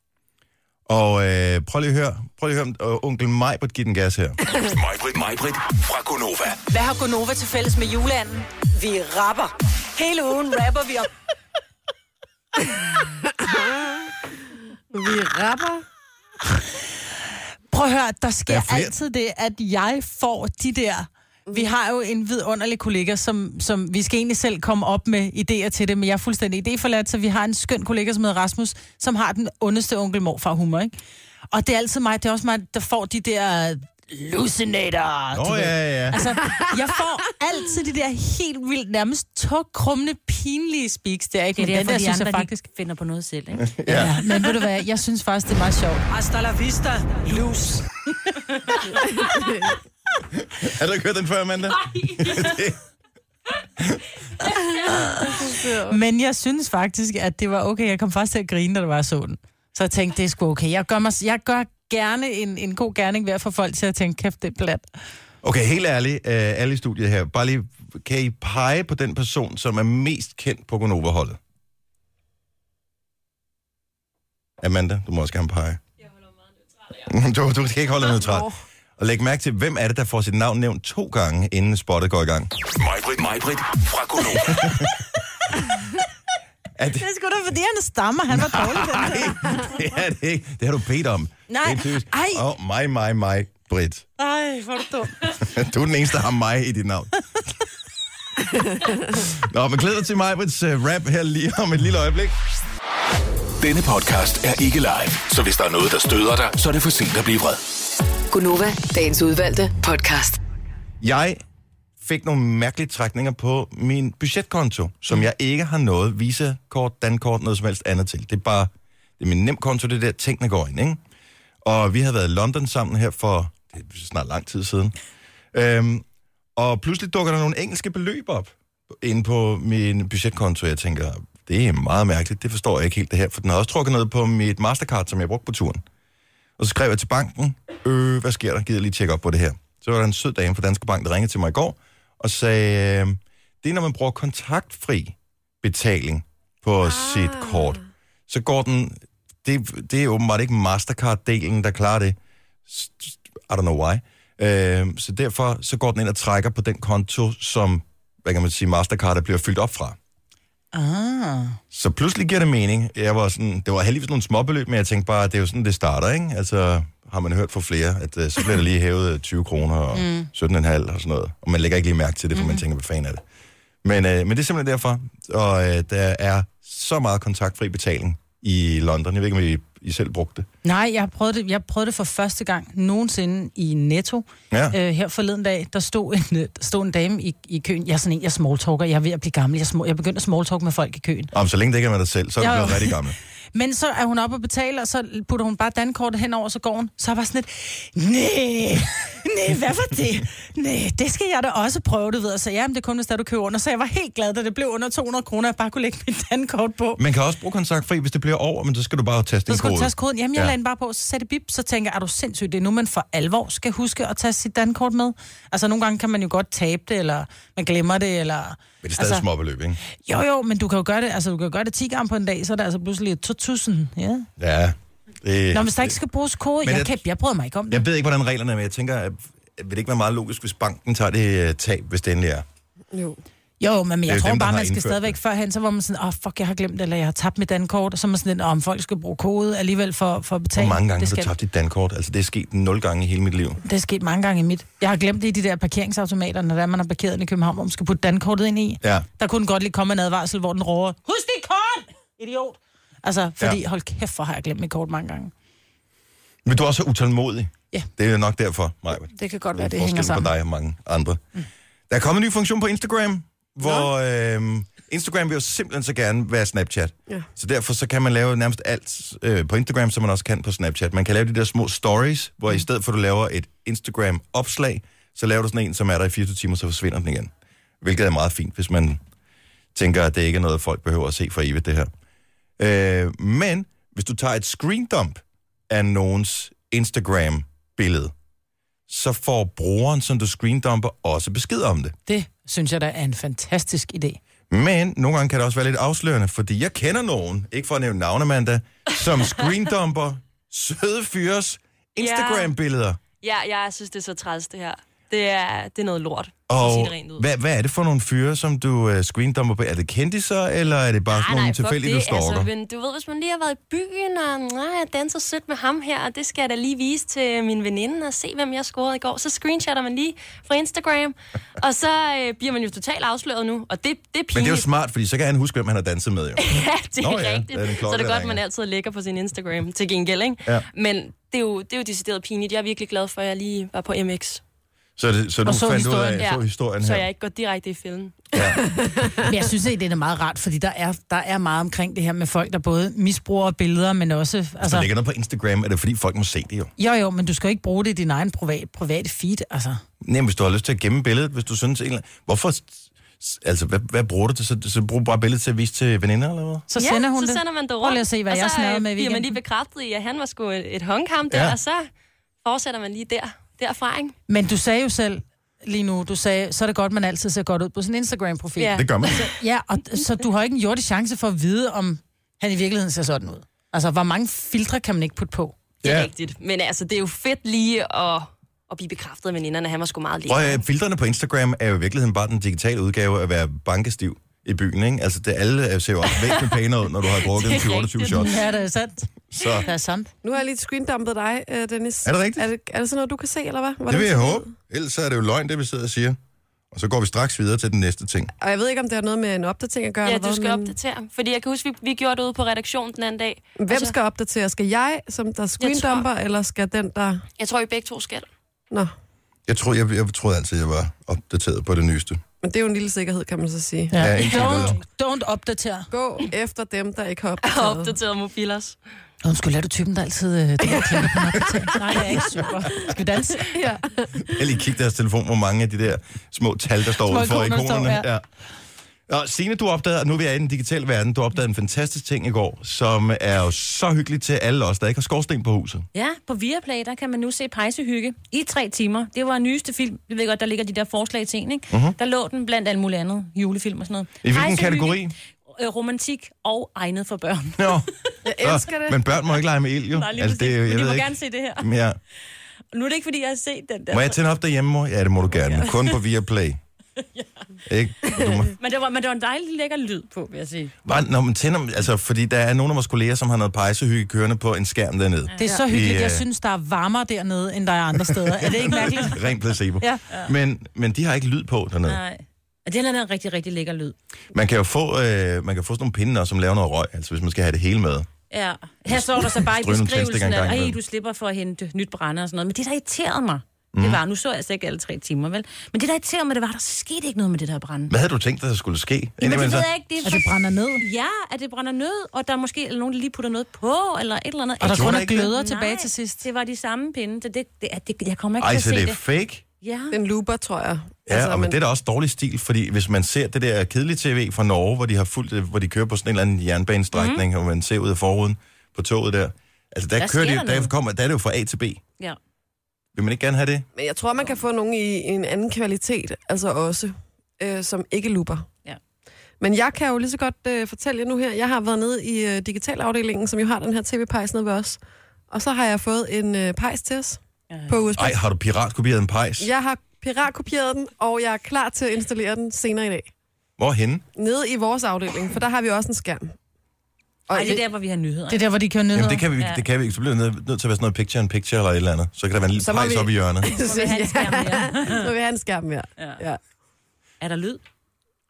Og øh, prøv lige at høre, prøv lige at høre om øh, onkel Majbert giver den gas her.
Majbrit, Majbrit fra Gonova.
Hvad har Gonova til fælles med juleanden? Vi rapper. Hele ugen rapper vi om
Vi rapper.
Prøv at høre, der
Der
sker
er flere.
altid det, at jeg får de der... Vi har jo en vidunderlig kollega, som, som vi skal egentlig selv komme op med idéer til det, men jeg er fuldstændig idéforladt, så vi har en skøn kollega, som hedder Rasmus, som har den ondeste onkel morfar humor, ikke? Og det er altid mig, det er også mig, der får de der lucinator.
Åh, oh, ja, ja.
Altså, jeg får altid de der helt vildt, nærmest tåkrummende, pinlige speaks der, ikke?
Det
Men
er
den
derfor,
der,
de
synes
andre
jeg faktisk...
faktisk... finder på noget selv, ikke?
Ja. ja. Men ved du hvad, jeg synes faktisk, det er meget sjovt.
Hasta la vista, lus.
Har du ikke hørt den før, Amanda?
Men jeg synes faktisk, at det var okay. Jeg kom faktisk til at grine, da det var jeg så den. Så jeg tænkte, det er sgu okay. Jeg gør, mig, jeg gør gerne en, en god gerning ved at få folk til at tænke, kæft, det er plat.
Okay, helt ærligt, øh, alle i studiet her, bare lige, kan I pege på den person, som er mest kendt på Gonova-holdet? Amanda, du må også gerne pege. Jeg holder meget neutralt, du, du skal ikke holde dig neutralt. Og læg mærke til, hvem er det, der får sit navn nævnt to gange, inden spottet går i gang?
Majbrit, Majbrit fra Gonova.
Er det,
er sgu da, fordi han stammer. Han var dårlig.
nej, det er det ikke. Det har du bedt om.
Nej,
Det er typisk.
ej.
Åh, mig, mig, mig, Britt.
Ej, hvor er du dum.
Du er den eneste, der har mig i dit navn. Nå, men glæder til mig, Brits uh, rap her lige om et lille øjeblik.
Denne podcast er ikke live, så hvis der er noget, der støder dig, så er det for sent at blive vred.
Gunova, dagens udvalgte podcast.
Jeg fik nogle mærkelige trækninger på min budgetkonto, som jeg ikke har noget Visa-kort, dankort, noget som helst andet til. Det er bare, det er min nemkonto, det er der tingene går ind, ikke? Og vi havde været i London sammen her for det er snart lang tid siden. Øhm, og pludselig dukker der nogle engelske beløb op inde på min budgetkonto. Jeg tænker, det er meget mærkeligt, det forstår jeg ikke helt det her, for den har også trukket noget på mit Mastercard, som jeg brugte på turen. Og så skrev jeg til banken, øh, hvad sker der? Gider jeg lige tjekke op på det her? Så var der en sød dame fra Danske Bank, der ringede til mig i går og sagde, øh, det er når man bruger kontaktfri betaling på ah. sit kort. Så går den, det, det er åbenbart ikke Mastercard-delen, der klarer det. S- s- I don't know why. Øh, så derfor så går den ind og trækker på den konto, som, hvad kan man sige, Mastercard der bliver fyldt op fra.
Ah.
Så pludselig giver det mening. Jeg var sådan, det var heldigvis nogle småbeløb, men jeg tænkte bare, at det er jo sådan, det starter, ikke? Altså, har man hørt fra flere, at øh, så bliver der lige hævet øh, 20 kroner og mm. 17,5 og sådan noget. Og man lægger ikke lige mærke til det, for mm. man tænker, hvad fanden er det? Men, øh, men det er simpelthen derfor. Og øh, der er så meget kontaktfri betaling i London. Jeg ved ikke, om I, I selv brugte det.
Nej, jeg prøvede, det, jeg prøvede det for første gang nogensinde i Netto.
Ja.
Øh, her forleden dag, der stod en, øh, der stod en dame i, i køen. Jeg er sådan en, jeg smalltalker. Jeg er ved at blive gammel. Jeg, small, jeg begyndte at smalltalk med folk i køen.
Om så længe det ikke er med dig selv, så er du
Jo.
blevet rigtig gammel.
Men så er hun oppe og betaler, og så putter hun bare dankortet henover, så går hun. Så er jeg bare sådan lidt, nej, nej, hvad var det? Nej, det skal jeg da også prøve, du ved. Og så ja, men det er kun, hvis der du køber under. Så jeg var helt glad, da det blev under 200 kroner, at jeg bare kunne lægge mit dankort på.
Man kan også bruge kontaktfri, hvis det bliver over, men så skal du bare taste
Så
en
skulle
kode.
du tage koden. Jamen, jeg
Ja.
ja. lagde den bare på, så sagde det bip, så tænker jeg, er du sindssyg, det er nu, man for alvor skal huske at tage sit dankort med. Altså, nogle gange kan man jo godt tabe det, eller man glemmer det, eller...
Men det er stadig
altså,
altså... småbeløb, ikke?
Jo, jo, men du kan jo gøre det, altså, du kan jo gøre det 10 gange på en dag, så er det altså pludselig 2000, ja.
Ja. Det,
Nå, men hvis der ikke skal bruges kode,
Men
jeg,
det-
kan, jeg bryder mig ikke om det.
Jeg ved ikke, hvordan reglerne er, men jeg tænker, at at vil det ikke være meget logisk, hvis banken tager det øh, tab, hvis det endelig er?
Jo.
Jo, men
er jo
jeg tror
dem, der
bare,
har
man skal
indført
stadigvæk førhen, så var man sådan, åh, oh, fuck, jeg har glemt det, eller jeg har tabt mit dankort, og så er man sådan lidt, "Åh, om folk skal bruge kode alligevel for, for at betale.
Hvor mange gange
det
har du
skal,
tabt dit dankort? Altså, det er sket nul gange i hele mit liv.
Det er sket mange gange i mit. Jeg har glemt det i de der parkeringsautomater, når der er, man har parkeret den i København, hvor man skal putte dankortet ind i.
Ja.
Der kunne den godt lige komme en advarsel, hvor den råber, husk dit kort, idiot! Altså, fordi
Ja.
ja. hold kæft, hvor har jeg glemt mit kort mange gange.
Men du er også utålmodig.
Ja.
Det er nok derfor, Maja. Det
Det kan godt være,
er
det hænger
forskellen
sammen.
på dig og mange andre. Mm. Der er kommet en ny funktion på Instagram, hvor øh, Instagram vil jo simpelthen så gerne være Snapchat.
Ja.
Så derfor så kan man lave nærmest alt øh, på Instagram, som man også kan på Snapchat. Man kan lave de der små stories, hvor i stedet for at du laver et Instagram-opslag, så laver du sådan en, som er der i 24 timer, så forsvinder den igen. Hvilket er meget fint, hvis man tænker, at det ikke er noget, folk behøver at se for evigt, det her. Øh, men hvis du tager et screendump af nogens Instagram-billede, så får brugeren, som du screendumper, også besked om det.
Det synes jeg, der er en fantastisk idé.
Men nogle gange kan det også være lidt afslørende, fordi jeg kender nogen, ikke for at nævne navne, Amanda, som screendumper søde fyres Instagram-billeder.
Ja, jeg synes, det er så træls, det her. Det er, det er noget lort. at sige
Og
det rent ud.
hvad, hvad er det for nogle fyre, som du øh, screendumper på? Er det kendiser, eller er det bare sådan nogle tilfældige, du stalker?
Altså, men du ved, hvis man lige har været i byen, og nej, jeg danser sødt med ham her, og det skal jeg da lige vise til min veninde og se, hvem jeg scorede i går. Så screenshotter man lige fra Instagram, og så øh, bliver man jo totalt afsløret nu, og det, det er pinligt.
Men det er jo smart, fordi så kan han huske, hvem han har danset med, jo.
Ja, det er
Nå
Nå,
ja,
rigtigt.
det er den klokke,
så er det
der
godt, man
ringer.
altid lægger på sin Instagram til gengæld, ikke?
Ja.
Men det er, jo, det er jo decideret pinligt. Jeg er virkelig glad for, at jeg lige var på MX,
Så, det, så du
Og så
fandt ud
historien.
af,
Ja.
så historien
så
her.
jeg ikke går direkte i fælden.
Men jeg synes, at det er meget rart, fordi der er, der er meget omkring det her med folk, der både misbruger billeder, men også...
altså-
altså
Hvis der ligger noget på Instagram, er det fordi, folk må se det jo.
Jo, jo, men du skal jo ikke bruge det i din egen privat, private feed, altså.
Jamen, hvis du har lyst til at gemme billedet, hvis du synes... en eller- Hvorfor... s- s- Altså, hvad, hvad bruger du til? Så, så brug bare billedet til at vise til veninder, eller hvad?
Så sender hun
så
det.
sender man det rundt.
Prøv lige at se, hvad
og
jeg
så,
snadrede
øh,
med i
bliver man lige
weekenden.
bekræftet i, at han var sgu et, et håndkamp der,
Ja.
ja. og så fortsætter man lige der, derfra, ikke?
Men du sagde jo selv lige nu, du sagde, så er det godt, man altid ser godt ud på sin Instagram-profil.
Ja.
Det gør man.
ja og, så du har ikke en jordig chance for at vide, om han i virkeligheden ser sådan ud. Altså, hvor mange filtre kan man ikke putte på?
Det er
Ja.
ja. rigtigt. Men altså, det er jo fedt lige at, at blive bekræftet af veninderne. Han var sgu meget lige.
Prøv at, filterne på Instagram er jo i virkeligheden bare den digitale udgave af at være bankestiv i byen, ikke? Altså, det alle øh, ser jo også væsentligt pænere ud, når du har drukket
Det er
28
rigtigt.
shots.
Ja, det er sandt.
Så
Det er sandt.
Nu har jeg lige screendumpet dig, øh, Dennis.
Er det rigtigt?
Er det, er det sådan noget, du kan se, eller hvad? Hvordan
det vil jeg
ser
håbe.
ud?
Ellers så er det jo løgn, det vi sidder og siger. Og så går vi straks videre til den næste ting.
Og jeg ved ikke, om det har noget med en opdatering at gøre.
Ja,
eller
du
hvad,
skal
men-
opdatere. Fordi jeg kan huske, vi, vi gjorde det ude på redaktionen den anden dag. Altså,
Hvem skal opdatere? Skal jeg, som der screendumper, eller skal den, der...
Jeg tror, I begge to skal.
Nå,
Jeg, tror, jeg, jeg troede altid, jeg var opdateret på det nyeste.
men det er jo en lille sikkerhed, kan man så sige. Ja.
Ja.
Ja, indtil videre.
don't, don't opdatere.
Gå efter dem, der ikke har
Og
opdateret.
opdateret mobilers.
Undskyld, er du typen, der altid øh, drikker klæder på mig? Nej, det er ikke super. Skal vi danse?
Ja.
Jeg lige kigge deres telefon, hvor mange af de der små tal, der står
Små
ude for
ikoner, der står,
ikonerne. ja. Ja. Og Signe, du opdagede, at nu er vi er i den digitale verden, du opdagede en fantastisk ting i går, som er jo så hyggelig til alle os, der ikke har skorsten på huset.
Ja, på Viaplay, der kan man nu se Pejsehygge i tre timer. Det var den nyeste film. Vi ved godt, der ligger de der forslag til en, ikke? Uh-huh. Der lå den blandt alt muligt andet. Julefilm og sådan noget.
Mhm. I hvilken
Pejsehygge,
kategori?
øh, romantik og egnet for børn.
Nå.
Jeg elsker det.
Ah, Men børn må ikke lege med ild, jo.
Nej, lige altså, det,
jo-
Men de må
ikke.
gerne se det her.
Ja.
Nu er det ikke, fordi jeg har set den der.
Må jeg tænde op derhjemme, mor? Ja, det må du gerne. Kun på Viaplay. Ikke? Du må...
Men det var, men det var en dejlig lækker lyd på, vil jeg sige.
Bare, når man tænder, altså, fordi der er nogle af vores kolleger, som har noget pejsehygge kørende på en skærm dernede. øh,
Det er så hyggeligt.
Ja.
Jeg synes, der er varmere dernede, end der er andre steder. Er det ikke mærkeligt?
Rent placebo.
Ja.
Men, men de har ikke lyd på dernede.
Nej. Og det her er en rigtig, rigtig lækker lyd.
Man kan jo få, øh, man kan få sådan nogle pinde, også, som laver noget røg, altså hvis man skal have det hele med.
Ja. Her står der så bare i
Strø nogle tændstikker
beskrivelsen,
en gang
at "Ej,
imellem."
du slipper for at hente nyt brænder og sådan noget. Men det, der irriterede mig,
Mhm.
det var, nu så jeg altså ikke alle tre timer, vel? Men det, der irriterede mig, det var, at der skete ikke noget med det der brænde.
Hvad havde du tænkt dig, der skulle ske?
Jamen,
Indimellem
det
så- Altså,
ved jeg ikke. Det er
At det brænder ned.
Ja, at det brænder nød, og der er måske nogen, der lige putter noget på, eller et eller andet.
Og der
tror
kun
da
er
ikke det.
gløder tilbage til sidst.
det var de samme pinde, så det, det, er- det, jeg kommer ikke
Ej,
til
så
at se
det er
det.
fake?
Ja.
Den looper, tror jeg.
Ja, altså, og men det er da også dårlig stil, fordi hvis man ser det der kedelige tv fra Norge, hvor de har fulgt, det, hvor de kører på sådan en eller anden jernbanestrækning, mm. og man ser ud af forruden på toget der, altså
Der
der, der kører
sker
de, der,
noget.
kommer, der er det jo fra A til B.
ja.
Vil man ikke gerne have det?
Men jeg tror, man kan få nogen i en anden kvalitet, altså også, øh, som ikke looper.
Ja.
Men jeg kan jo lige så godt øh, fortælle jer nu her, jeg har været nede i øh, digitalafdelingen, som jo har den her tv-pejs nede ved os. Og så har jeg fået en øh, pejs til os på USB.
Ej, har du piratkopieret en pejs?
Jeg har piratkopieret den, og jeg er klar til at installere den senere i dag.
Hvorhenne?
Nede i vores afdeling, for der har vi også en skærm. Og
Ej, det er der, hvor vi har nyheder.
Det er der, hvor de kører ned.
Jamen, det kan vi,
Ja.
det kan vi ikke. Så bliver det nødt nødt til at være sådan noget picture-in-picture eller et eller andet. Så kan der være en lille
Så må
pejs
vi-
oppe i hjørnet.
Så vil vi have en skærm mere.
Så vil jeg have en skærm mere.
Ja.
Ja.
Er der lyd?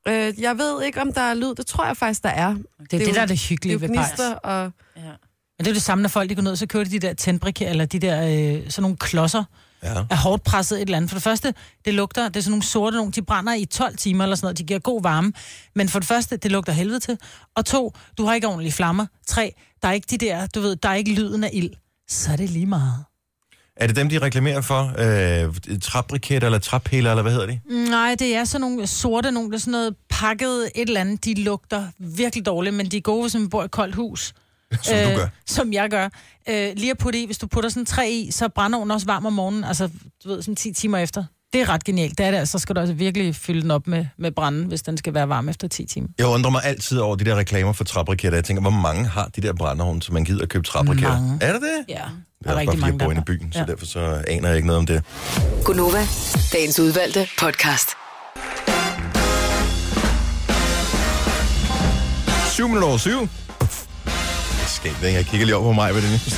Øh, jeg ved ikke, om der er lyd. Det tror jeg faktisk, der er.
Det er det,
jo-
der er det
Det er
hyggelige
jo
ved pejs.
gnister, og
Ja.
Men det er jo det samme, når folk de går ned, så kører de de der tændbrik, eller de der øh, sådan nogle klodser
Ja.
er hårdt presset et eller andet. For det første, det lugter, det er sådan nogle sorte nogle, de brænder i 12 timer eller sådan noget, de giver god varme. Men for det første, det lugter helvede til. Og to, du har ikke ordentlige flammer. Tre, der er ikke de der, du ved, der er ikke lyden af ild. Så er det lige meget.
Er det dem, de reklamerer for? Øh, træbriketter eller træpiller, eller hvad hedder de?
Nej, det er sådan nogle sorte, nogle der er sådan noget pakket et eller andet. De lugter virkelig dårligt, men de er gode, hvis man bor i et koldt hus. Øh,
Som du gør.
Som jeg gør. Øh, lige at putte i, hvis du putter sådan tre i, så brænder ovnen også varm om morgenen, altså du ved, sådan 10 timer efter. Det er ret genialt, det er det. altså. Så skal du altså virkelig fylde den op med, med branden, hvis den skal være varm efter 10 timer.
Jeg undrer mig altid over de der reklamer for træbriketter. Jeg tænker, hvor mange har de der brænderhånd, som man gider at købe træbriketter?
Mange.
Er det det?
Ja,
Der er, er rigtig mange, der i byen, ja. så derfor så aner jeg ikke noget om det.
Gunova, dagens udvalgte podcast.
7 minutter over 7. Skægt, ikke? Jeg kigger lige over på mig ved det næste.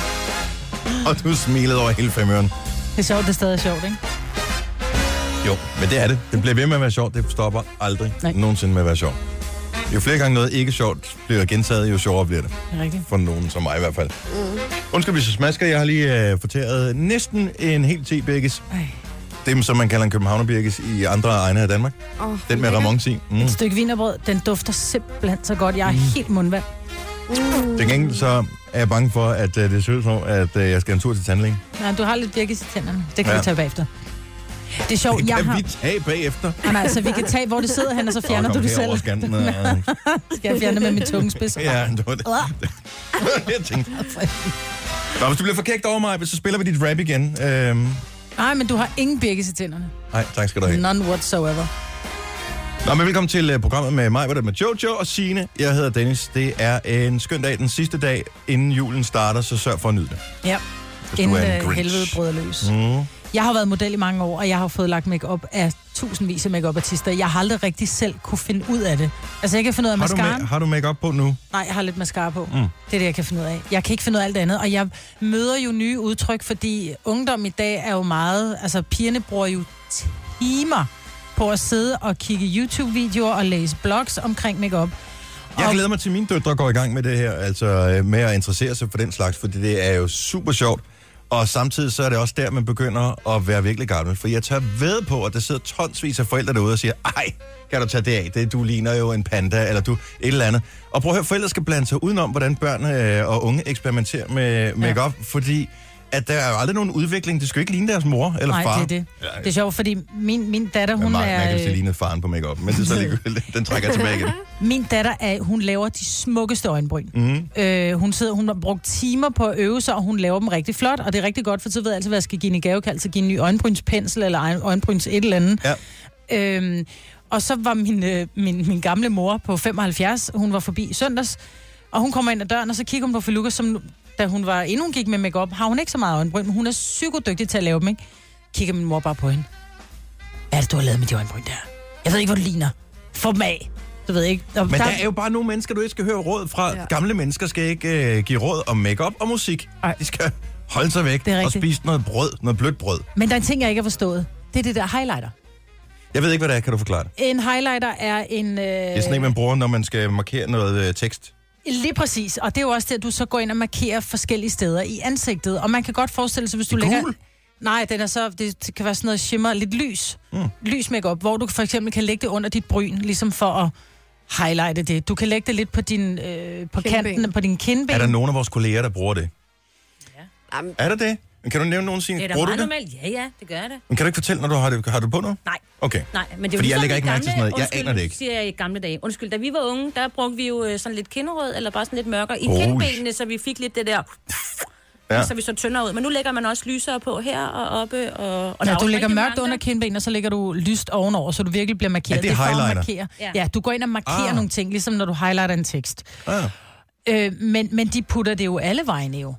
Og du smilede over hele fem øren.
Det er sjovt, det er stadig sjovt, ikke?
Jo, men det er det. Det bliver ved med at være sjovt. Det stopper aldrig Nej.
Nej.
nogensinde med at være sjovt. Jo flere gange noget ikke sjovt bliver gentaget, jo sjovere bliver det.
Det er rigtigt.
For nogen som mig i hvert fald. Undskyld, hvis jeg smasker. Jeg har lige øh, fortæret næsten en hel tebirkes.
Ej.
Dem, som man kalder en københavnerbirkes i andre egne af Danmark.
Åh,
Den med ramons i. Mm.
Et stykke vinerbrød, den dufter simpelthen så godt. Jeg er helt mundvand.
Til gengæld så er jeg bange for, at øh, det ser ud som om, at øh, jeg skal en tur til tandlægen.
Nej, du har lidt birkes i tænderne. Det kan
Ja.
ja. vi tage bagefter. Det er sjovt,
Det
jeg
kan
har...
vi tage bagefter.
Jamen, altså, vi kan tage, hvor det sidder han, og så fjerner
Kom
du det
herover,
selv.
skanten, øh.
Skal jeg fjerne med min tungespids?
Ja, det var det. Det var det, jeg tænkte. Nå, hvis du bliver forkægt over mig, så spiller vi dit rap igen. Øhm,
Nej, men du har ingen birkes i tænderne.
nej, tak skal du have.
None whatsoever.
Nå, men velkommen til øh, programmet med mig, hvor det er med Jojo og Sine. Jeg hedder Dennis. Det er en skøn dag, den sidste dag, inden julen starter, så sørg for at nyde det.
Ja.
Hvis
Inden
du er
øh,
en Grinch.
helvede bryder løs.
Mm.
Jeg har været model i mange år, og jeg har fået lagt makeup af tusindvis af makeup artister Jeg har aldrig rigtig selv kunne finde ud af det. Altså, jeg kan finde ud af
Har, du
mascara.
ma- har du make på nu?
Nej, jeg har lidt mascara på. Mm. Det er det, jeg kan finde ud af. Jeg kan ikke finde ud af alt andet. Og jeg møder jo nye udtryk, fordi ungdom i dag er jo meget... Altså, pigerne bruger jo timer på at sidde og kigge YouTube-videoer og læse blogs omkring makeup.
Jeg
Og-
glæder mig til, at mine døtre går i gang med det her, altså øh, med at interessere sig for den slags, fordi det er jo super sjovt. Og samtidig så er det også der, man begynder at være virkelig gammel. For jeg tør ved på, at der sidder tonsvis af forældre derude og siger, ej, kan du tage det af? Det, du ligner jo en panda, eller du et eller andet. Og prøv at høre, forældre skal blande sig udenom, hvordan børn øh, og unge eksperimenterer med makeup, ja. fordi at der er jo aldrig nogen udvikling. Det skal jo ikke ligne deres mor eller
Nej,
far.
det er det.
Ja,
Det er sjovt, fordi min, min datter, hun
Hun man,
er...
man kan se
øh,
lignede faren på makeup, men det er så ligegyldigt. Den trækker jeg tilbage igen. Mhm.
Min datter, er, hun laver de smukkeste øjenbryn. Mm. Øh, hun, sidder, hun har brugt timer på at øve sig, og hun laver dem rigtig flot. Og det er rigtig godt, for så ved jeg altid, hvad jeg skal give hende i gavekald. Så give hende en ny øjenbrynspensel eller øjen- øjenbryns et eller andet.
Ja.
Øhm, og så var min, øh, min, min gamle mor på 75, hun var forbi i søndags, og hun kommer ind ad døren, og så kigger hun på Feluca, som nu- da hun var, inden hun gik med makeup, har hun ikke så meget øjenbryn, men hun er psykodygtig til at lave dem, ikke? Kigger min mor bare på hende. Hvad er det, du har lavet med de øjenbryn der? Jeg ved ikke, hvor du ligner. Få dem af. Du ved jeg ikke. Og
Men der er jo bare nogle mennesker, du ikke skal høre råd fra. Ja.
Ja.
Gamle mennesker skal ikke øh, give råd om makeup og musik. Ej. De skal holde sig væk
Det er
og
rigtigt.
spise noget brød, noget blødt brød.
men der er en ting, jeg ikke har forstået. Det er det der highlighter.
Jeg ved ikke, hvad det er. Kan du forklare det?
En highlighter er en... Øh...
Det er sådan en, man bruger, når man skal markere noget øh, tekst.
Lige præcis, og det er jo også det, at du så går ind og markerer forskellige steder i ansigtet. Og man kan godt forestille sig, hvis du
I gul?
lægger... Nej, den er så, det det kan være sådan noget shimmer, lidt lys. Mm. Lys makeup, hvor du for eksempel kan lægge det under dit bryn, ligesom for at highlighte det. Du kan lægge det lidt på, din, øh, på
Kindben.
kanten, på din kindben.
Er der nogen af vores kolleger, der bruger det?
Jamen,
Er der det? Men Kan du nævne nogen
Det er
sine?
da
Bruger du
meget
det?
normalt. Ja, ja, det gør jeg da.
Men kan du ikke fortælle, når du har det, har du på nu?
Nej.
Okay.
Nej, men det er jo
Fordi jeg
ligesom
lægger
i
ikke mærke
gamle-
til sådan noget. Jeg
undskyld,
aner det ikke.
siger jeg i gamle dage. Undskyld, da vi var unge, der brugte vi jo øh, sådan lidt kinderød, eller bare sådan lidt mørkere i
Oh.
kindbenene, så vi fik lidt det der,
Ja.
så vi så tyndere ud. Men nu lægger man også lysere på her og oppe. Og, og der er
Ja,
også
du lægger
rigtig
mørkt
mange,
under
der-
kindben, og så lægger du lyst ovenover, så du virkelig bliver markeret.
Ja, det er
for at
highlighter.
markere.
Ja.
Ja. du går ind og markerer
Ah.
nogle ting, ligesom når du highlighter en tekst.
Ah.
Øh, men, men de putter det jo alle vejene jo.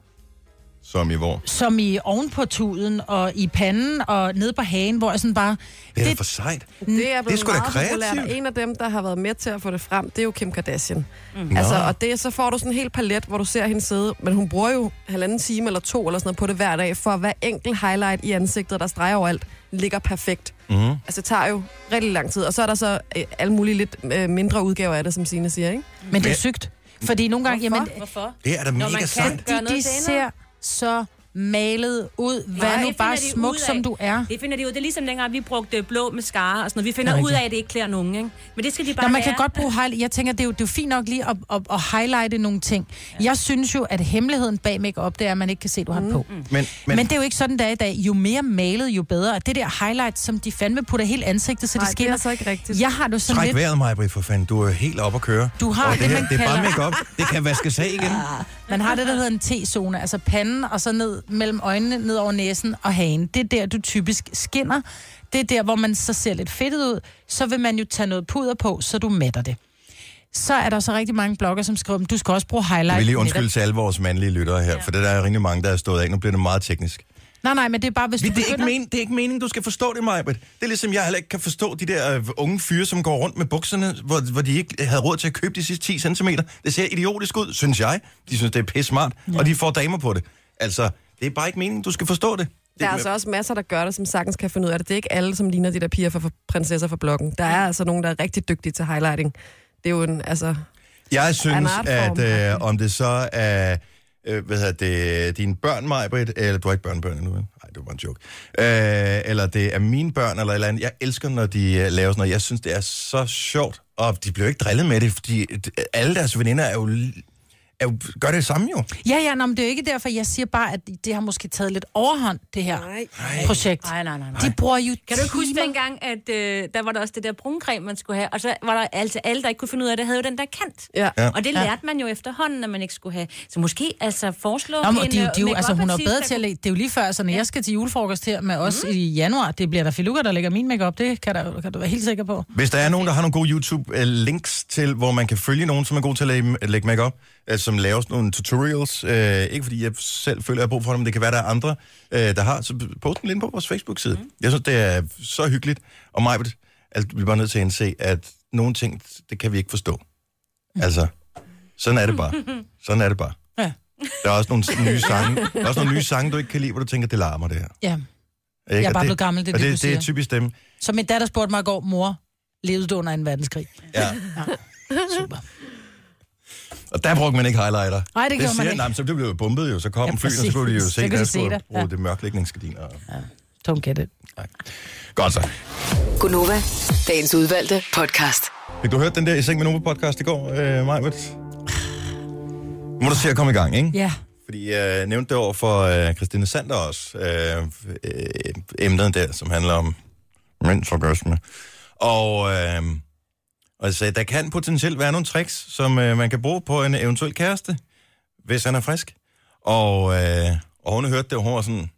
Som i hvor?
som i oven på tuden og i panden og ned på hagen, hvor jeg sådan bare...
Det er da for sejt.
Det er blevet
sgu da
meget populært, og
kreativt.
en af dem, der har været med til at få det frem, det er jo Kim Kardashian. Mm. Altså,
Nå.
og det, så får du sådan en hel palet, hvor du ser hende sidde, men hun bruger jo halvanden time eller to eller sådan noget på det hver dag, for at hver enkelt highlight i ansigtet, der streger overalt, ligger perfekt.
mhm.
Mm. Altså, det tager jo rigtig lang tid, og så er der så øh, alle mulige lidt øh, mindre udgaver af det, som Signe siger, ikke?
Men det er sygt. Fordi nogle gange,
Hvorfor?
jamen,
Hvorfor?
Det er da
man
mega
kan.
sejt.
Gør
de,
noget
de
til
ser så malet ud. Vær
Nej,
nu
det
bare
finder de
smuk,
ud af.
som du er.
Det finder de ud. Det er ligesom dengang, vi brugte blå mascara og sådan noget. Vi finder
Det er
ud af, at det ikke klæder nogen, ikke? Men det skal de bare
Nå, man kan
lære.
godt bruge highlight. Jeg tænker, det er jo, det er jo fint nok lige at, at, at highlighte nogle ting. Jeg synes jo, at hemmeligheden bag makeup det er, at man ikke kan se, du har det på. Mm.
Men,
Men, men det er jo ikke sådan, der i dag. Jo mere malet, jo bedre. Og det der highlight, som de fandme putter hele ansigtet, så
Nej, det
det
er
skinner.
altså ikke rigtigt.
Jeg har det jo sådan
Træk
lidt...
vejret, Maja, for fanden. Du er helt oppe at køre.
Du har
og
det,
her,
man
det er bare
kalder- Ah.
makeup. Det kan vaskes af igen.
Man har det, der hedder en T-zone, altså panden og så ned mellem øjnene, ned over næsen og hagen. Det er der, du typisk skinner. Det er der, hvor man så ser lidt fedtet ud. Så vil man jo tage noget puder på, så du mætter det. Så er der så rigtig mange blogger, som skriver, "Men du skal også bruge highlight.
Jeg vil lige
netop."
undskylde til alle vores mandlige lyttere her, for det der er rimelig mange, der er stået af. Nu bliver det meget teknisk.
Nej, nej, men det er bare, hvis
Vi,
du
det, er ikke
begynder...
men, det er ikke meningen, du skal forstå det, Maja. Det er ligesom, jeg heller ikke kan forstå de der øh, unge fyre, som går rundt med bukserne, hvor, hvor de ikke havde råd til at købe de sidste 10 cm. Det ser idiotisk ud, synes jeg. De synes, det er pisse smart, ja. og de får damer på det. Altså, det er bare ikke meningen, du skal forstå det. det
Der er altså også masser, der gør det, som sagtens kan finde ud af det. Det er ikke alle, som ligner de der piger fra fra prinsesser fra blokken. Der er altså nogen, der er rigtig dygtige til highlighting. Det er jo en, altså...
Jeg synes,
en artform.
at øh, om det så er øh, hvad hedder det, dine børn, Majbrit, eller du har ikke børnebørn endnu, vel? Nej, det var bare en joke. Øh, eller det er mine børn, eller et eller andet. Jeg elsker, når de øh, laver sådan noget. Jeg synes, det er så sjovt. Og de bliver jo ikke drillet med det, fordi øh, alle deres veninder er jo, l- er jo gør det samme jo.
Ja, ja, nå, men det er jo ikke derfor, jeg siger bare, at det har måske taget lidt overhånd, det her nej. projekt.
Nej, nej, nej, nej.
De bruger jo
Kan du ikke huske
timer-
dengang, at øh, der var der også det der bruncreme, man skulle have, og så var der altså alle, der ikke kunne finde ud af det, havde jo den der kant.
Ja.
Ja.
Og det lærte man jo efterhånden, at man ikke skulle have. Så måske altså foreslå
Nå, men de, de, de,
øh,
altså, hun er jo
make-up-artist,
bedre
der
til at
kunne-
lægge, det er jo lige før, altså, når jeg skal til julefrokost her med os mm. i januar, det bliver der filukker, der lægger min makeup, det kan, der, kan du være helt sikker på.
Hvis der er nogen, der har nogle gode YouTube-links til, hvor man kan følge nogen, som er god til at lægge, at lægge makeup, øh, som laver sådan nogle tutorials, øh, ikke fordi jeg selv føler, at jeg har brug for dem, det kan være, der er andre, øh, der har, så post dem lige ind på vores Facebook-side.
Mhm.
Mm. Jeg synes, det er så hyggeligt, og mig altså, vi er bare nødt til at indse, at nogle ting, det kan vi ikke forstå.
Mhm.
Altså, sådan er det bare. Sådan er det bare.
Ja.
Der er også nogle nye sange, der er også nogle nye sange, du ikke kan lide, hvor du tænker, det larmer det her.
Ja.
Ikke?
Jeg er
Og
bare blevet gammel, det er
og
det,
det,
du
det,
siger.
er typisk dem.
Så min datter spurgte mig i går, mor, levede du under en verdenskrig?
Ja.
Super.
Og der brugte man ikke highlighter.
Nej, det gjorde man
siger-
ikke.
Nej, men så blev det jo bombet jo. Så kom
Ja,
ja, flyene, og så
præcis.
kunne de jo
Så
se,
kunne de
der
se
skulle
det,
bruge
ja.
det mørklægningsgardiner.
Don't get it.
Nej. Godt så.
Gunova, dagens udvalgte podcast.
Fik du hørt den der I Seng med Nova podcast i går, øh, Majbert? Må du se at komme i gang, ikke?
Ja.
Fordi jeg øh, nævnte det over for øh, Christine Sander også, øh, øh, emnet der, som handler om mændsforgørsme. Og, øh, og jeg sagde, der kan potentielt være nogle tricks, som øh, man kan bruge på en eventuel kæreste, hvis han er frisk. Og, øh, og hun hørte det, og hun var sådan,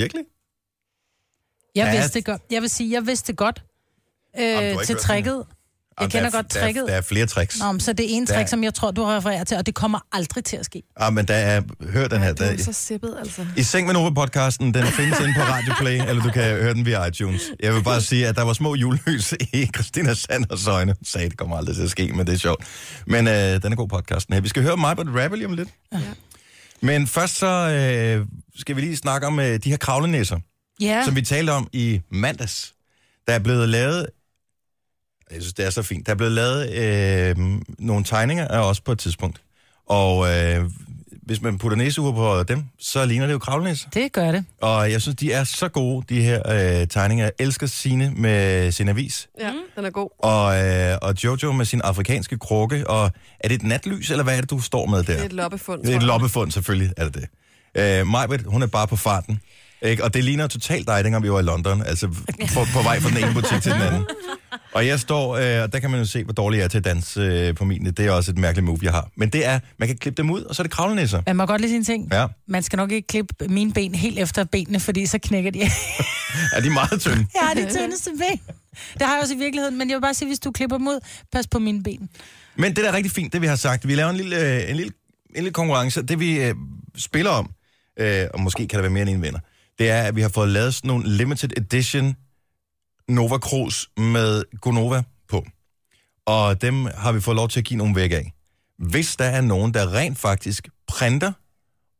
virkelig?
Jeg,
Ja.
ja. vidste det godt. jeg vil sige, jeg vidste det godt
har ikke
øh, til
hørt
tricket. Jeg
der
kender
er,
godt
der,
tricket.
Der, der er flere tricks.
Nå, men så det ene
Der-
trick, som jeg tror, du refererer til, og det kommer aldrig til at ske.
Ja, Ah, men der er, hør den her.
Det er jo
Der,
så sippet, altså.
I seng med Nova-podcasten, den findes inde på Radio Play, eller du kan høre den via iTunes. Jeg vil bare sige, at der var små julelys i Christina Sanders øjne. Hun Sagde, det kommer aldrig til at ske, men det er sjovt. Men øh, den er god podcasten her. Vi skal høre mig på Rabble lige om lidt. Ja. Men først så øh, skal vi lige snakke om øh, de her kravlenæsser,
Ja,
ja. som vi talte om i mandags. Der er blevet lavet jeg synes, det er så fint. Der er blevet lavet øh, nogle tegninger af os på et tidspunkt. Og øh, hvis man putter næseure på dem, så ligner det jo kravlenæs.
det gør det.
Og jeg synes, de er så gode, de her øh, tegninger. Jeg elsker Sine med sin avis,
Ja, den er god.
og, øh, og Jojo med sin afrikanske krukke. Og er det et natlys, eller hvad er det, du står med der?
Det er et loppefund,
Det er et
tror jeg.
loppefund, selvfølgelig er det det. Øh, Majbet, hun er bare på farten. Ikke? Og det ligner totalt dig, dengang vi var i London. Altså på, på vej fra den ene butik til den anden. Og jeg står, øh, og der kan man jo se, hvor dårlig jeg er til at danse øh, på min. Det er også et mærkeligt move, jeg har. Men det er, man kan klippe dem ud, og så er det kravlenæsser.
Man må godt lige sige en ting.
Ja.
Man skal nok ikke klippe mine ben helt efter benene, fordi så knækker de.
Er de meget tynde?
jeg har de tyndeste ben. Det har jeg også i virkeligheden, men jeg vil bare sige, hvis du klipper dem ud, pas på mine ben.
Men det der er rigtig fint, det vi har sagt. Vi laver en lille, øh, en lille, en lille konkurrence. Det vi øh, spiller om, øh, og måske kan der være mere end en vinder, det er, at vi har fået lavet sådan nogle limited edition Nova Cruz med Gonova på. Og dem har vi fået lov til at give nogle væk af. Hvis der er nogen, der rent faktisk printer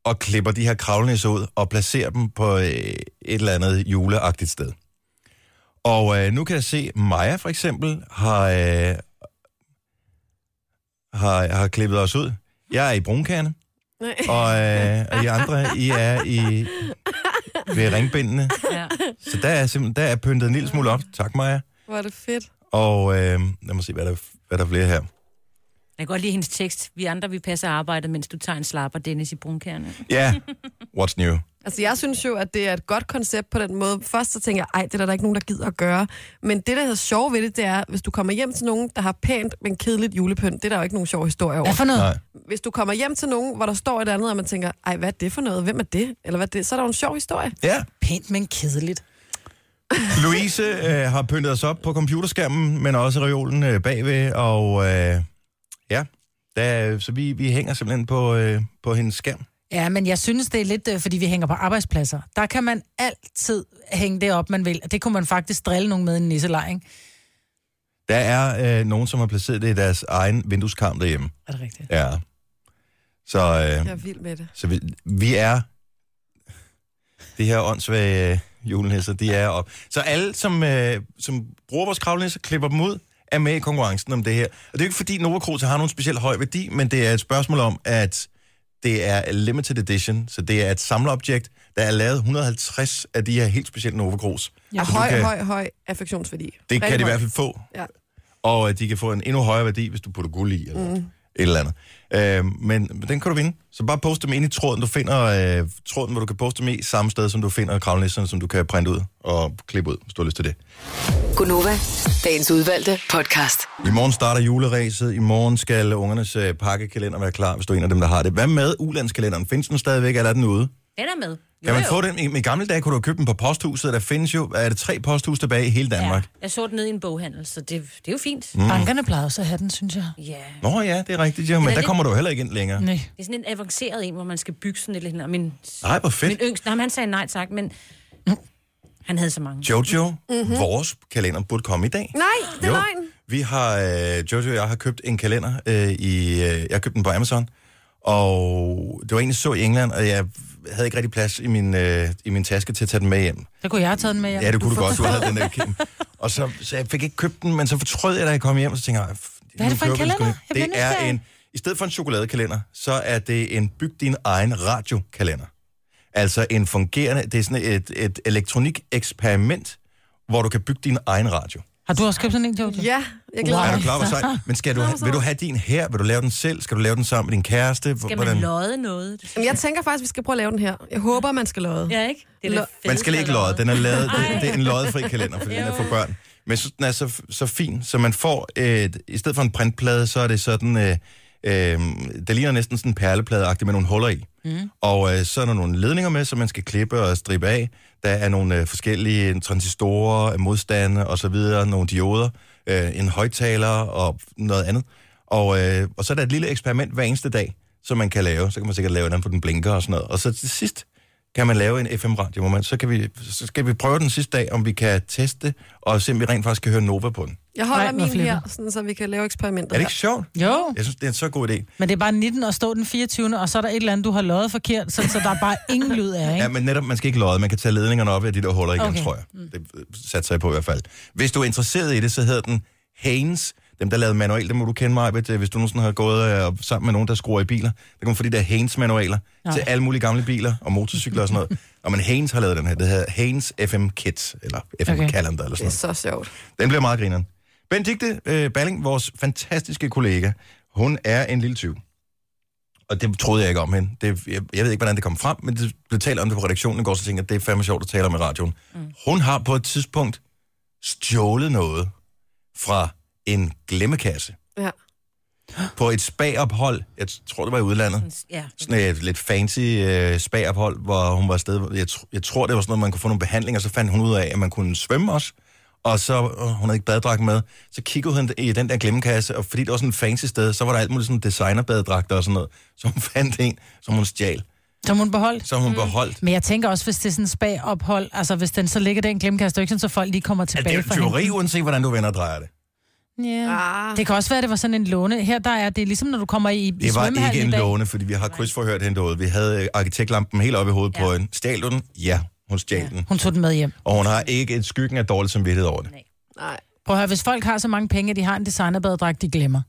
og klipper de her kravlenæsser ud og placerer dem på øh, et eller andet juleagtigt sted. Og øh, nu kan jeg se, Maja for eksempel har, øh, har, har klippet os ud. Jeg er i brunkerne,
Nej.
og, øh, og I andre, I er i øh, ved ringbindene.
Ja.
Så der er, simpelthen, der er pyntet en lille smule op. Tak, Maja.
Hvor er det fedt.
Og øh, lad mig se, hvad der, hvad der er flere her.
Jeg kan godt lide hendes tekst. Vi andre, vi passer arbejdet, mens du tager en slapper, Dennis, i brunkærne.
Ja, what's new?
Altså, jeg synes jo, at det er et godt koncept på den måde. Først så tænker jeg, ej, det er der da ikke nogen, der gider at gøre. Men det, der er sjovt ved det, det er, hvis du kommer hjem til nogen, der har pænt, men kedeligt julepynt, det er der jo ikke nogen sjov historie over.
Hvad for noget?
Nej.
Hvis du kommer hjem til nogen, hvor der står et andet, og man tænker, ej, hvad er det for noget? Hvem er det? Eller hvad er det? Så er der jo en sjov historie.
Ja,
Pænt, men kedeligt.
Louise øh, har pyntet os op på computerskærmen, men også reolen øh, bagved, og øh, ja, der, så vi, vi hænger simpelthen på, øh, på hendes skærm.
Ja, men jeg synes, det er lidt, øh, fordi vi hænger på arbejdspladser. Der kan man altid hænge det op, man vil. Og det kunne man faktisk drille nogen med i en nisselej, ikke?
Der er øh, nogen, som har placeret det i deres egen vindueskarm derhjemme.
Er det rigtigt?
Ja. Så,
Jeg
øh,
er vild med det.
så vi, vi er... Det her åndssvage øh, julenæsser, de er op. Så alle, som, øh, som bruger vores kravlenæsser, klipper dem ud, er med i konkurrencen om det her. Og det er jo ikke fordi Nova Cruz har nogen speciel høj værdi, men det er et spørgsmål om, at det er limited edition, så det er et samleobjekt. Der er lavet 150 af de her helt specielle Nova Cruz.
Ja.
Så du
Høj,
kan-
høj, høj affektionsværdi.
Det kan
Rigtig
de i
høj.
hvert fald få.
Ja.
Og at de kan få en endnu højere værdi, hvis du putter guld i, eller mm. et eller andet. Øh, men men den kan du vinde. Så bare post dem ind i tråden, du finder øh, tråden, hvor du kan poste dem i, samme sted, som du finder kravlnæsserne, som du kan printe ud og klippe ud, hvis du har lyst til det.
Gunova, dagens udvalgte podcast.
I morgen starter juleræset. I morgen skal ungernes øh, pakkekalender være klar, hvis du er en af dem, der har det. Hvad med ulandskalenderen? Findes den stadigvæk, eller er den ude?
Den er med. Jo,
Kan man
jo.
få den? I, I gamle dage kunne du købe den på posthuset. Der findes jo, er det tre posthus tilbage i hele Danmark?
Ja. Jeg så den ned i en boghandel, så det, det er jo fint.
Mm. Bankerne plejer også at have den, synes jeg.
Ja.
Ja. Nå ja, det er rigtigt, ja. Men
er
der
lidt-
kommer du jo heller ikke ind længere.
Nej.
Det er sådan en avanceret en, hvor man skal bygge sådan et eller andet. Min,
Nej, hvor fedt.
min yngste, nej, men han sagde nej tak, men
Mm.
han havde så mange.
Jojo,
Mhm.
mm-hmm. vores kalender burde komme i dag.
Nej, det er løgn.
Vi har, øh, Jojo og jeg har købt en kalender øh, i, øh, jeg købte den på Amazon, og det var en, jeg så i England, og jeg havde ikke rigtig plads i min, øh, i min taske til at tage den med hjem.
Der kunne jeg have taget den med jer.
Ja, det kunne du øh,
får-
godt, du havde den der kæmpe. Og så, så jeg fik ikke købt den, men så fortrød jeg, da jeg kom hjem, og så tænkte jeg, "Ej, f-
Hvad er det for en
kører vi
kalender?
sgu
Jeg
ned.
bliver
Det er
nysgerrig.
en, i stedet for en chokoladekalender, så er det en byg din egen radiokalender. Altså en fungerende, det er sådan et, et elektronik-eksperiment, hvor du kan bygge din egen radio.
Har du også købt sådan en, Jojo?
Ja, jeg glæder
Wow.
Er
mig.
du klar, hvor sejt? Men skal du, vil du have din her? Vil du lave den selv? Skal du lave den sammen med din kæreste?
Skal man lodde noget? Det synes
Jamen, jeg tænker faktisk, vi skal prøve at lave den her. Jeg håber, man skal lodde.
jeg- Ja, ikke? Det er
Lo-
det
Man skal ikke lodde. Den er lavet, det, det er en loddefri kalender, fordi den er
Jo.
for børn. Men jeg synes, den er så, så fin, så man får, et, i stedet for en printplade, så er det sådan, øh, øh, det ligner næsten sådan en perleplade med nogle huller i. Mm. Og øh, så er der nogle ledninger med, som man skal klippe og stribe af. Der er nogle øh, forskellige transistorer, modstande og så videre, nogle dioder, øh, en højtaler og noget andet. Og, øh, og så er der et lille eksperiment hver eneste dag, som man kan lave. Så kan man sikkert lave den, for den blinker og sådan noget. Og så til sidst, kan man lave en FM-radio, hvor man, så, kan vi, så skal vi prøve den sidste dag, om vi kan teste, og se, om vi rent faktisk kan høre Nova på den.
Jeg holder Nej,
Nej, hvor
min
flippet.
her, sådan, så vi kan lave eksperimenter.
Er det ikke sjovt?
Jo,
Jeg synes, det er en så god idé.
men det er bare 19 og stå den 24. Og så er der et eller andet, du har løjet forkert, så, så der er bare ingen lyd af,
Ja,
ikke?
men netop, man skal ikke lodde. Man kan tage ledningerne op af de der huller igen, okay.
Okay.
tror jeg. Det øh, satser jeg på i hvert fald. Hvis du er interesseret i det, så hedder den Hanes. Dem, der lavede manual, dem må du kende mig, hvis du nogensinde har gået øh, sammen med nogen, der skruer i biler. Der kommer for de der Hanes-manualer til alle mulige gamle biler og motorcykler og sådan noget. Og men Hanes har lavet den her. Det hedder Hanes FM Kit, eller FM Calendar
Okay.
eller sådan
Det er
noget.
så sjovt.
Den bliver meget grineren. Benedikte øh, Balling, vores fantastiske kollega, hun er en lille tyv. Og det troede jeg ikke om hende. Det, jeg, jeg ved ikke, hvordan det kom frem, men det blev talt om det på redaktionen i går, så tænkte jeg, det er fandme sjovt at tale om i radioen. Mm. Hun har på et tidspunkt stjålet noget fra en glemmekasse
Ja.
på et spagophold. Jeg tror, det var i udlandet
Ja.
sådan et lidt fancy øh, spagophold, hvor hun var afsted. Jeg, tr- jeg tror, det var sådan noget, man kunne få nogle behandlinger, så fandt hun ud af, at man kunne svømme også. Og så, øh, hun havde ikke badedragt med, så kiggede hun i den der glemmekasse, og fordi det var sådan et fancy sted, så var der alt muligt sådan designerbadedragter og sådan noget. Så hun fandt en, som hun stjal,
Som hun beholdt.
som hun mm. beholdt.
Men jeg tænker også, hvis det er sådan en spag-ophold, altså hvis den så ligger der i en glemkasse, det er jo ikke sådan, så folk lige kommer
Altså, det
tilbage
er
for
jo teori, uanset hvordan du vender og drejer det.
Ja. Det kan også være, at det var sådan en låne. Her der er det ligesom, når du kommer i, i
Det var
svømmehallen
ikke en
i dag.
låne, fordi vi har krydsforhørt hende derude. Vi havde øh, arkitektlampen helt oppe i hovedet ja. på hende. Stjal du den? Ja, hun stjal ja. den.
Hun tog den med hjem.
Og hun har ikke et skyggen af dårlig samvittighed over det.
Nej.
Prøv at høre, hvis folk har så mange penge, at de har en designerbadedragt, de glemmer,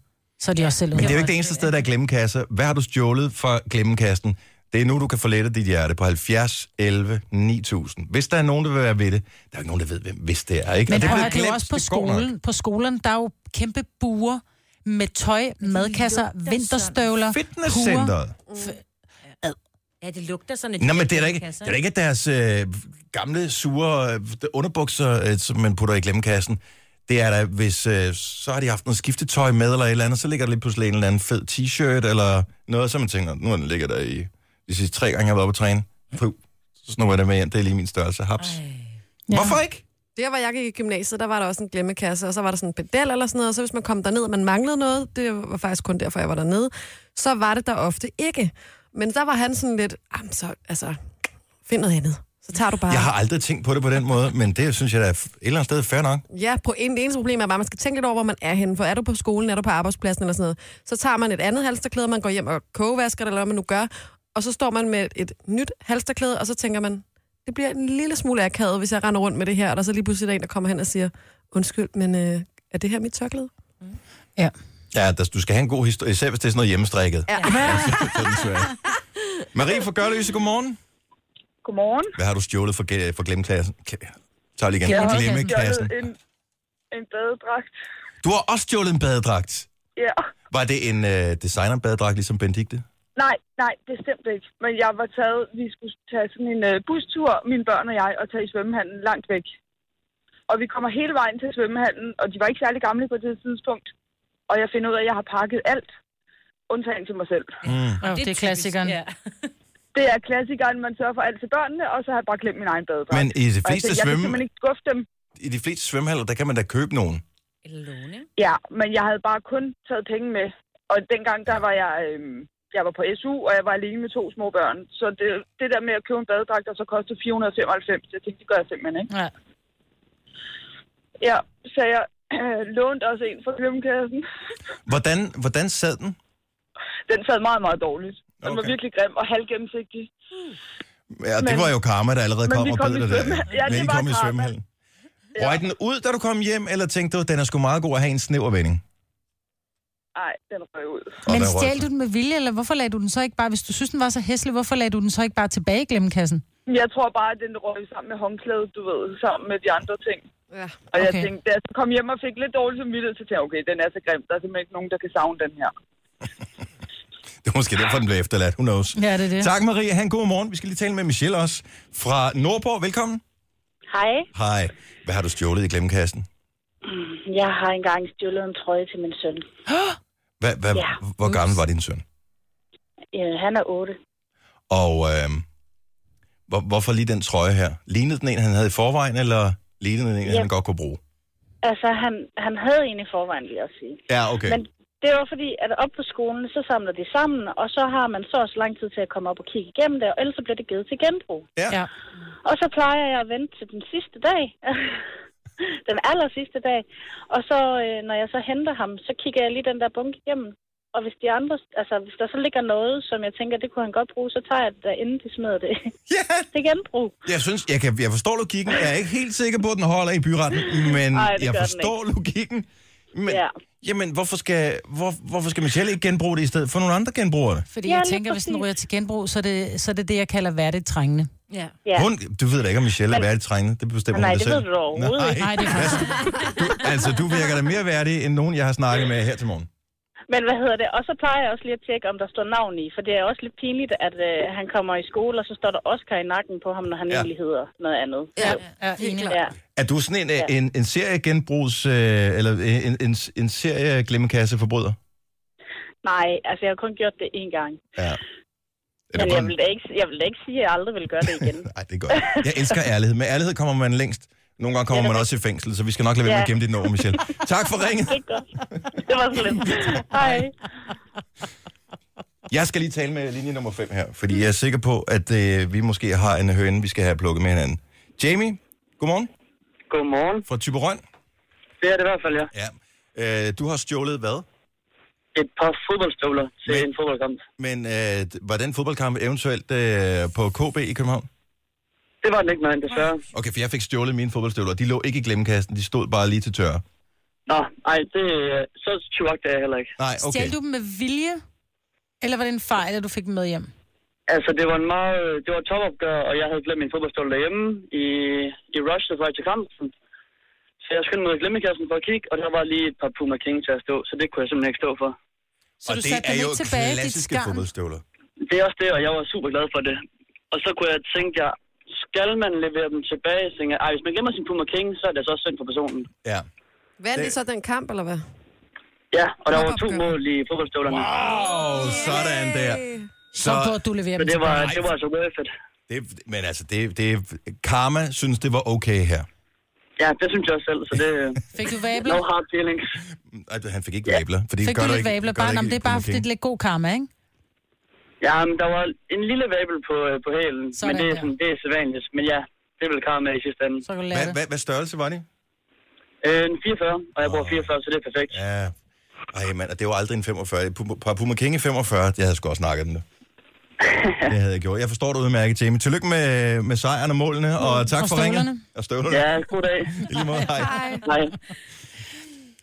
så er de også selv
Men
ude.
det er jo ikke det eneste sted, der er glemmekasser. Hvad har du stjålet fra glemmekassen? Det er nu, du kan få lettet dit hjerte på 70, 11, 9000. Hvis der er nogen, der vil være ved det, der er jo ikke nogen, der ved, hvem hvis det er. Ikke?
Men det,
Og bliver
prøv, at høre, det er jo
glemt,
også på
det går nok.
skolen. På skolen, der er jo kæmpe buer med tøj, madkasser, vinterstøvler, huer.
Fitnesscenteret.
Mm. ja, det lugter sådan lidt.
Nå, men det er da ikke, det er da ikke deres øh, gamle, sure øh, underbukser, øh, som man putter i glemmekassen. Det er da, hvis øh, så har de haft noget skiftetøj med eller et eller andet, så ligger der lige pludselig en eller anden fed t-shirt eller noget, som man tænker, nu har den ligger der i de sidste tre gange, jeg har været oppe at træne. Puh, Så snupper jeg det med hjem, det er lige min størrelse. Haps. Ja. Hvorfor ikke?
Der, hvor jeg gik i gymnasiet, der var der også en glemmekasse, og så var der sådan en pedel eller sådan noget, og så hvis man kom derned, og man manglede noget, det var faktisk kun derfor, jeg var dernede, så var det der ofte ikke. Men der var han sådan lidt, "Jamen, så, altså, find noget andet. Så tager du bare...
Jeg har aldrig tænkt på det på den måde, men det synes jeg da er f- et eller andet sted fair nok.
Ja, på en, det eneste problem er bare, at man skal tænke lidt over, hvor man er henne. For er du på skolen, er du på arbejdspladsen eller sådan noget. Så tager man et andet halsterklæde, man går hjem og kogevasker det, eller hvad man nu gør. Og så står man med et nyt halsterklæde, og så tænker man, det bliver en lille smule akavet, hvis jeg render rundt med det her. Og der er så lige pludselig er der en, der kommer hen og siger, undskyld, men øh, er det her mit tørklæde?
Ja.
Ja, der, du skal have en god historie, især hvis det er sådan noget hjemmestrikket. Ja. Marie fra Gørløse, godmorgen.
Godmorgen.
Hvad har du stjålet for, ge- for glemklassen? Tag lige igen.
Jeg har
Glemmekassen.
stjålet en, en badedragt.
Du har også stjålet en badedragt.
Ja.
Var det en øh, designerbadedragt, ligesom Benedikte?
Nej, nej, bestemt ikke. Men jeg var taget, vi skulle tage sådan en øh, bustur, mine børn og jeg, og tage i svømmehallen langt væk. Og vi kommer hele vejen til svømmehallen, og de var ikke særlig gamle på det tidspunkt. Og jeg finder ud af, at jeg har pakket alt, undtagen til mig selv.
Mm.
Oh, det, er
typisk,
klassikeren.
Ja.
Det er klassikeren, man sørger for alt til børnene, og så har jeg bare glemt min egen badedragt.
Men i de
Og jeg,
fleste,
tænkte, jeg kan
svømme,
simpelthen ikke skuffe dem.
i de fleste svømmehaller, der kan man da købe nogen.
Eller låne.
Ja, men jeg havde bare kun taget penge med. Og dengang, der var jeg, øhm, jeg var på SU, og jeg var alene med to små børn. Så det, det der med at købe en badedragt, der så kostede 495, jeg tænkte, det gør jeg simpelthen ikke.
Ja.
Ja, så jeg øh, lånte også en fra glemmekassen.
Hvordan, hvordan sad den?
Den sad meget, meget dårligt. Den var
Okay.
virkelig grim og halvgennemsigtig.
Ja, det
Men-
var jo karma, der allerede
men
kom
vi
og
kom
bød
i
dig der.
svømme- Ja, det
Men I
var
kom i
karma.
svømmehallen. Røg den ud, da du kom hjem, eller tænkte du, den er sgu meget god at have en snæver vending?
Ej, den røg ud.
Og
Men
der røg
stjal
den.
du den med vilje, eller hvorfor lagde du den så ikke bare, hvis du synes, den var så hæslig, hvorfor lagde du den så ikke bare tilbage i glemmekassen?
Jeg tror bare, at den røg sammen med håndklædet, du ved, sammen med de andre ting.
Ja.
Og okay. jeg
Okay.
tænkte, da jeg så kom hjem og fik lidt dårlig samvittighed, så tænkte jeg, okay, den er så grim, der er simpelthen ikke nogen, der kan savne den her.
Det er måske derfor, den blev efterladt. Who knows?
Ja, det er det.
Tak, Marie. Han god morgen. Vi skal lige tale med Michelle også. Fra Nordborg. Velkommen.
Hej.
Hej. Hvad har du stjålet i glemmekassen?
Jeg har engang stjålet en trøje til min søn.
Hva, hva,
Ja.
Hvor gammel var din søn?
Han er otte.
Og øh, hvor, hvorfor lige den trøje her? Lignede den en, han havde i forvejen, eller lignede den en, yep. han godt kunne bruge?
Altså, han, han havde en i forvejen, vil jeg sige.
Ja, okay.
Men det var fordi, at op på skolen, så samler de sammen, og så har man så også lang tid til at komme op og kigge igennem det, og ellers så bliver det givet til genbrug.
Ja.
Ja.
Og så plejer jeg at vente til den sidste dag, den aller sidste dag, og så øh, når jeg så henter ham, så kigger jeg lige den der bunke igennem. Og hvis de andre, altså hvis der så ligger noget, som jeg tænker, det kunne han godt bruge, så tager jeg det der, inden de smider det
Ja,
til genbrug.
jeg synes, jeg, kan, jeg forstår logikken. Jeg er ikke helt sikker på, at den holder i byretten, men
Ej,
Ej,
det gør
jeg
den
forstår logikken. Men,
Ja.
Jamen, hvorfor skal, hvor, hvorfor skal Michelle ikke genbruge det i stedet for nogle andre genbrugere? det?
Fordi
Ja,
ja, jeg
lige
tænker, hvis den
præcis.
ryger til genbrug, så er det så er det, det, jeg kalder værdigt trængende.
Ja.
Ja.
Hun, du ved da ikke, om Michelle er
Men-
værdig trængende. Det bestemmer
Nej,
hun
det
da selv.
ved du da overhovedet
Nej.
ikke.
Nej, det er faktisk...
Du, altså, du virker da mere værdig, end nogen, jeg har snakket med her til morgen.
Men hvad hedder det? Og så plejer jeg også lige at tjekke, om der står navn i, for det er også lidt pinligt, at øh, han kommer i skole, og så står der Oscar i nakken på ham, når han
Ja.
ja. egentlig hedder noget andet.
Ja,
Ja,
helt
enig.
klart.
Ja.
Er du sådan en, ja. en, en serie genbrugs, øh, eller en, en, en serie glemmekasseforbryder?
Nej, altså jeg har kun gjort det én gang.
Ja. Er det
Men
på
jeg
en-
vil, da ikke, jeg vil da ikke sige, at jeg aldrig vil gøre det igen.
Nej, det er godt. Jeg elsker ærlighed. Med ærlighed kommer man længst. Nogle gange kommer man også i fængsel, så vi skal nok lade være med at
Ja.
gemme dit nummer, Michelle. Tak for ringet.
Det er godt. Det var så lidt. Hej.
Jeg skal lige tale med linje nummer 5 her, fordi jeg er sikker på, at øh, vi måske har en høne, vi skal have plukket med hinanden. Jamie, godmorgen
Godmorgen.
fra Tyberøn.
Det er det i hvert fald, ja.
Ja. Øh, du har stjålet hvad?
Et par fodboldstøvler til
Men-
en fodboldkamp.
Men øh, var den fodboldkamp eventuelt øh, på KB i København?
Det var den ikke, men desværre.
Okay, for jeg fik stjålet mine fodboldstøvler. De lå ikke i glemmekassen, de stod bare lige til tørre.
Nå, ej, det, øh, så tjuvagt er jeg heller ikke.
Nej,
Okay.
okay.
Stjal du dem med vilje? Eller var det en fejl, at du fik dem med hjem?
Altså, det var en meget... Det var et topopgør, og jeg havde glemt min fodboldstøvle derhjemme i, i Rush, der var til kampen. Så jeg skyndte mig ud af glemmekassen for at kigge, og der var lige et par Puma King til at stå, så det kunne jeg simpelthen ikke stå for.
Så du satte dem ikke tilbage i dit skarn?
fodboldstøvler.
Det er også det, og jeg var super glad for det. Og så kunne jeg tænke, jeg, skal man levere dem tilbage? Så tænkte jeg, ej, hvis man gemmer sin Puma King, så er det så også synd for personen.
Ja.
Vandt I så den kamp, eller hvad?
Ja, og der var to
Topopgør.
mål i fodboldstøvlerne.
Wow, sådan der.
Så burde du levere
Så
dem
det var,
tilbage.
det var altså worth it.
Det, men altså, det, det, karma synes, det var okay her.
Ja, det synes jeg også selv, så det
Fik du
no
vabler?
hard feelings.
Ej, du- Han fik ikke vabler. For det
Fik
gør
du
der
lidt
ikke,
vabler?
gør der
Bare, nå,
ikke
men det er
i
bare fordi, det
Burger
er lidt god karma, ikke?
Ja, men der var en lille vabel på, øh, på hælen, men
Sådan
det er,
der.
sådan, det er sædvanligt. Men ja, det vil karma i sidste ende.
Så kan du
King.
lære
Hvad,
det.
hvad, hvad størrelse var det?
Øh, en 44, og jeg bruger 44, så det er perfekt.
Ja. Ej, mand, og det var aldrig en 45. Et Puma- Par Puma King i 45, det havde jeg sgu også snakket om det. Det havde jeg gjort. Jeg forstår det udmærket, Jamie. Tillykke med, med sejren og målene, og tak
og
for ringet.
støvlerne.
Og støvlerne.
Ja, god dag.
I lige måde, hej.
Hej.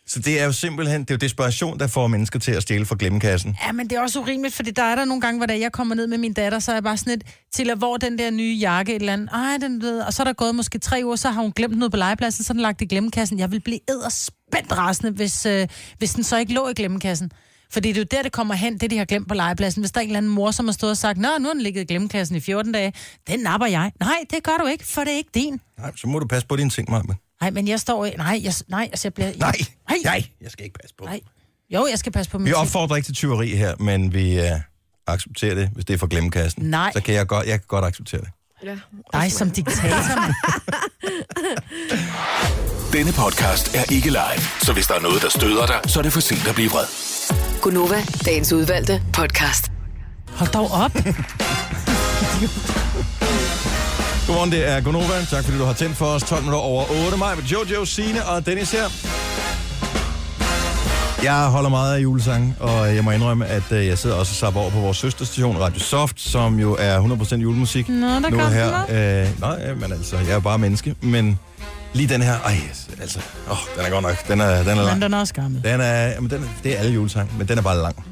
Så det er jo simpelthen, det er jo desperation, der får mennesker til at stjæle fra glemmekassen.
Ja, men det er også urimeligt, fordi der er der nogle gange, hvor da jeg kommer ned med min datter, så er jeg bare sådan lidt, til hvor den der nye jakke et eller andet, ej, den ved, og så er der gået måske tre uger, så har hun glemt noget på legepladsen, så er den lagt i glemmekassen. Jeg vil blive edderspændt rasende, hvis, øh, hvis den så ikke lå i glemmekassen. Fordi det er jo der, det kommer hen, det de har glemt på legepladsen. Hvis der er en eller anden mor, som har stået og sagt, nå, nu har den ligget i glemmekassen i 14 dage, den napper jeg. Nej, det gør du ikke, for det er ikke din.
Nej, så må du passe på dine ting, Maja.
Nej, men jeg står... i- Nej, jeg, nej, altså, jeg bliver...
Nej,
nej,
nej, jeg skal ikke passe på.
nej. Jo, jeg skal passe på min
Vi opfordrer ikke til tyveri her, men vi øh, accepterer det, hvis det er fra glemmekassen.
Nej.
Så kan jeg godt, jeg kan godt acceptere det.
Ja.
Dig som diktator, mand.
Denne podcast er ikke live, så hvis der er noget, der støder dig, så er det for sent at blive vred.
Gunova, dagens udvalgte podcast.
Hold dog op.
Godmorgen, det er Gonova. Tak fordi du har tændt for os. 12 minutter over 8. Maj med Jojo, Sine og Dennis her. Jeg holder meget af julesange, og jeg må indrømme, at øh, jeg sidder også og sapper over på vores søsterstation Radio Soft, som jo er 100% julemusik.
Nå, der
nu
kom den
øh, her. Øh, nej, men altså, jeg er bare menneske, men Lige den her, ej, altså, åh, den er godt nok, den er, den er lang.
Men den er også gammel.
Den er, jamen, den, det er alle julesange, men den er bare lang.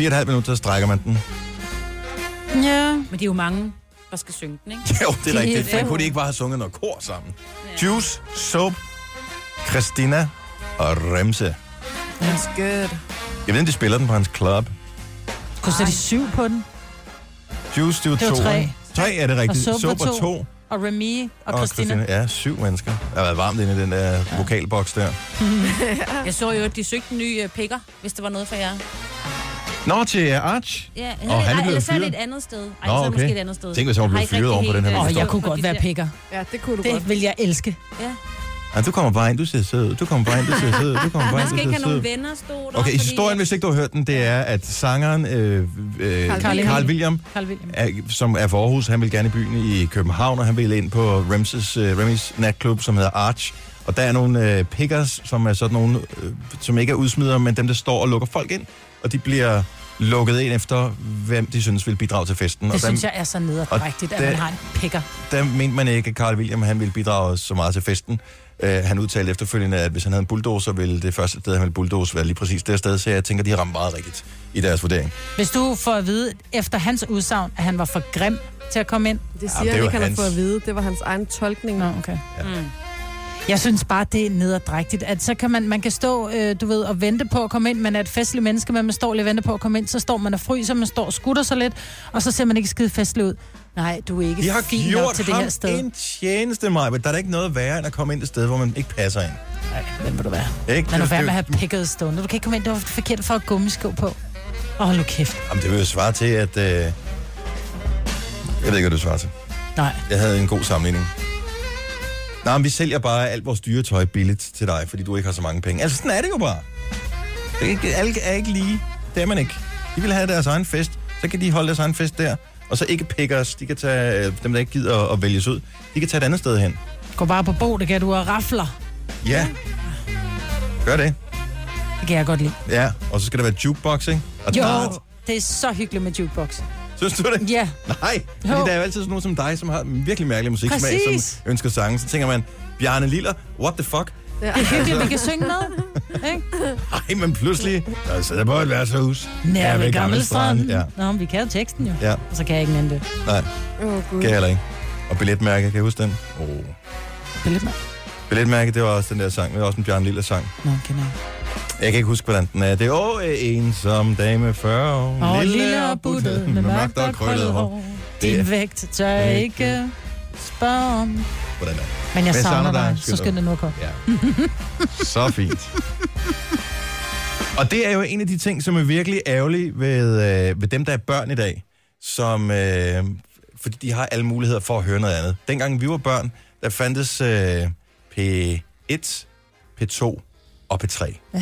4,5 minutter, så strækker man den.
Ja.
Men det er jo mange, der skal synge den, ikke?
Jo, det er rigtigt.
helt
Den
vildt.
kunne de ikke bare have sunget noget kor sammen. Juice, Soap, Christina og Remse.
That's good.
Jeg ved, om de spiller den på hans club.
Kunne sætte syv på den.
Juice, det var
Det
to.
var tre.
Tre er det rigtigt.
Og Soap var
og
to.
to.
Og Remy og, og Christina.
Ja, syv mennesker. Der har været varmt inde i den der vokalboks der.
Jeg så jo, at de søgte en ny øh, pikker, hvis det var noget for jer.
Nå, til øh, Arch.
Ja,
Åh, han er
ej,
blevet
eller så er det
fyret.
et andet sted. Ej,
Nå,
Nå, okay. så er
okay.
det måske et andet sted.
Tænk, hvis han var
Jeg har
blevet
ikke rigtig
fyret oven på den her
helt,
Og
øh,
historie.
jeg kunne
forstået
godt
de
være
der-
pikker.
Ja, det kunne du godt.
Det vil jeg elske.
Ja, du kommer bare ind, du ser sød. ud. Du kommer bare ind, du ser sød. ud. Du kommer bare
Man
ind, du
skal ikke
ser
have
sød.
nogen
ud.
venner, stod der.
Okay,
fordi-
historien, hvis ikke du har hørt den, det er, at sangeren øh, øh,
Carl
Carl William,
Carl William.
er, som er fra Aarhus, han vil gerne i byen i København, og han vil ind på Remses, øh, Remys natklub, som hedder Arch. Og der er nogle øh, pickers, som er sådan nogle, øh, som ikke er udsmidere, men dem, der står og lukker folk ind. Og de bliver lukket ind efter, hvem de synes vil bidrage til festen. Mm, og
Det
der,
synes jeg er så nederdrægtigt, at
det-
man har en pikker.
der mente man ikke, at Carl William han ville bidrage så meget til festen. Uh, han udtalte efterfølgende, at hvis han havde en bulldozer, ville det første sted, han ville bulldoze, være lige præcis det sted. Så jeg tænker, de har ramt meget rigtigt i deres vurdering.
Hvis du får at vide, efter hans udsagn, at han var for grim til at komme ind.
Det
det
siger
er
han
jo
ikke, han har
hans-
fået at vide. Det var hans egen tolkning.
Nå, okay. Ja. Jeg synes bare, det er nederdrægtigt, at så kan man, man kan stå, øh, du ved, og vente på at komme ind. Man er et festligt menneske, men man står lige og venter på at komme ind. Så står man og fryser, man står og skutter sig lidt, og så ser man ikke skide festlig ud. Nej, du er ikke
De har
fin nok
gjort
til det
ham
her sted.
en tjeneste, Maja, men der er da ikke noget værre, end at komme ind et sted, hvor man ikke passer ind.
Nej, hvem vil du være?
Ikke?
Man er
det,
færdig med
det,
at have pikket stående. Du kan ikke komme ind, du har forkert for at gummisko på. Åh, oh, nu kæft.
jamen, det vil jo svare til, at... Øh, jeg ved ikke, hvad det svarer til.
Nej.
Jeg havde en god sammenligning. Nej, men vi sælger bare alt vores dyre tøj billigt til dig, fordi du ikke har så mange penge. Altså, sådan er det jo bare. Det er ikke, alle er ikke lige. Det er man ikke. De vil have deres egen fest. Så kan de holde deres egen fest der. Og så ikke pikke os. De kan tage øh, dem, der ikke gider at, at vælges ud. De kan tage et andet sted hen.
Gå bare på bo, det kan du og rafler.
Ja. Gør det.
Det kan jeg godt lide.
Ja. Og så skal der være jukebox, ikke? Og
Jo,
dart.
det er så hyggeligt med jukebox.
Synes du det?
Ja.
Nej,
Jo.
fordi der er jo altid sådan nogen som dig, som har en virkelig mærkelig musiksmag,
Præcis.
som ønsker sange. Så tænker man, Bjarne Liller, what the fuck?
Ja.
Det er hyggeligt, vi kan synge med. Ikke?
Ej, men pludselig, der sidder på et værtshus.
Nær
ved
ved
Gammel
Gammel Strand.
Strand, ja.
Nå, men vi kan jo teksten jo.
Ja.
Og så kan jeg ikke nænde det.
Nej,
Åh, Gud.
kan jeg heller ikke. Og billetmærke, kan jeg huske den? Oh.
Det er lidt mere.
Billetmærke, det var også den der sang. Det var også en Bjarne Liller sang.
Nå, kender jeg.
Jeg kan ikke huske, hvordan den er. Det er åh, ensom dame 40 år.
Og lille og buttet med mørkt og krøllet hår.
Det er-
Din vægt tør ikke spørge om.
Hvordan er det?
Men jeg
savner
savner
dig,
dig,
skylder
så skal
du.
det nu komme.
Ja. Så fint. Og det er jo en af de ting, som er virkelig ærgerlig ved, øh, ved dem, der er børn i dag, som, øh, fordi de har alle muligheder for at høre noget andet. Dengang vi var børn, der fandtes øh, P1, P2 og P3.
Ja.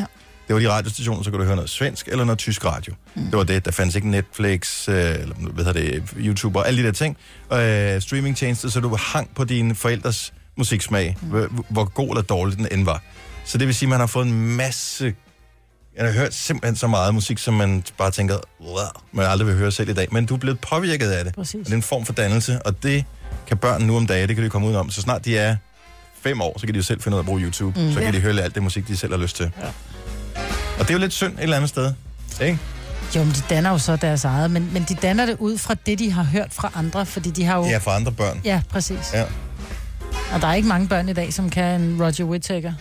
Det var de radiostationer, så kunne du høre noget svensk eller noget tysk radio. Mm. Det var det. Der fandtes ikke Netflix, øh, eller hvad hedder det, YouTube og alle de der ting. Øh, streamingtjenester, så du hang på dine forældres musiksmag, mm. hvor, hvor god eller dårlig den end var. Så det vil sige, at man har fået en masse... Jeg har hørt simpelthen så meget musik, som man bare tænker, "Wow," man aldrig vil høre selv i dag. Men du er blevet påvirket af det.
Præcis.
Og det er en form for dannelse, og det kan børn nu om dagen, det kan de komme udenom. Så snart de er fem år, så kan de jo selv finde ud af at bruge YouTube. Mm. Så kan
Ja.
de høre alt det musik, de selv har lyst til. Ja. Og det er jo lidt synd et eller andet sted. Ikke?
Jo, men de danner jo så deres eget, men, men de danner det ud fra det, de har hørt fra andre, fordi de har jo...
Det er for andre børn.
Ja, præcis.
Ja.
Og der er ikke mange børn i dag, som kan en Roger Whittaker.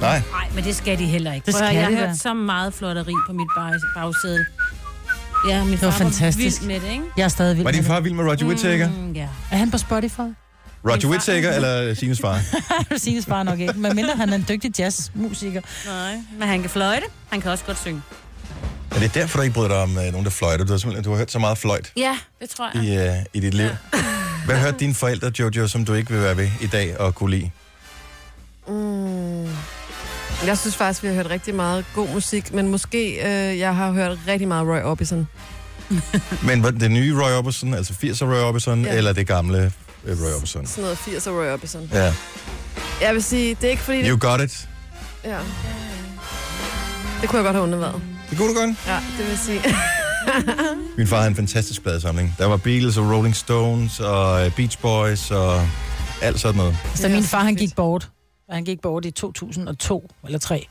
Nej,
Nej, men det skal de heller ikke.
Det
Prøv at
skal
høre,
de
jeg har hørt
da.
så meget flotteri på mit bag- bagsæde. Ja, min
var
far
fantastisk.
vild med det, ikke?
Jeg er stadig vild
var din
med
far vild med Roger Whittaker?
Mm, ja.
det. Er han på Spotify?
Roger Whittaker eller Sines far?
Sines far nok ikke, medmindre han er en dygtig jazzmusiker.
Nej, men han kan fløjte. Han kan også godt synge.
Er det derfor, du ikke bryder dig om øh, nogen, der fløjter? Du har simpelthen du har hørt så meget fløjt
Ja, det tror jeg.
i, øh, i dit liv. Hvad hørte dine forældre, Jojo, som du ikke vil være ved i dag og kunne lide?
Mm. Jeg synes faktisk, vi har hørt rigtig meget god musik, men måske øh, jeg har hørt rigtig meget Roy Orbison.
Men var det den nye Roy Orbison, altså 80'er Roy Orbison, ja.
Ja.
eller det gamle øh, Roy Orbison?
Sådan noget 80'er Roy Orbison.
Ja.
Jeg vil sige, det er ikke fordi... Det,
You got it.
ja. det kunne jeg godt have undværet.
Det kunne du godt.
Ja, det vil sige.
Min far havde en fantastisk pladesamling. Der var Beatles og Rolling Stones og øh, Beach Boys og alt sådan noget.
Så min far, han gik bort. han gik bort i 2002 eller 3.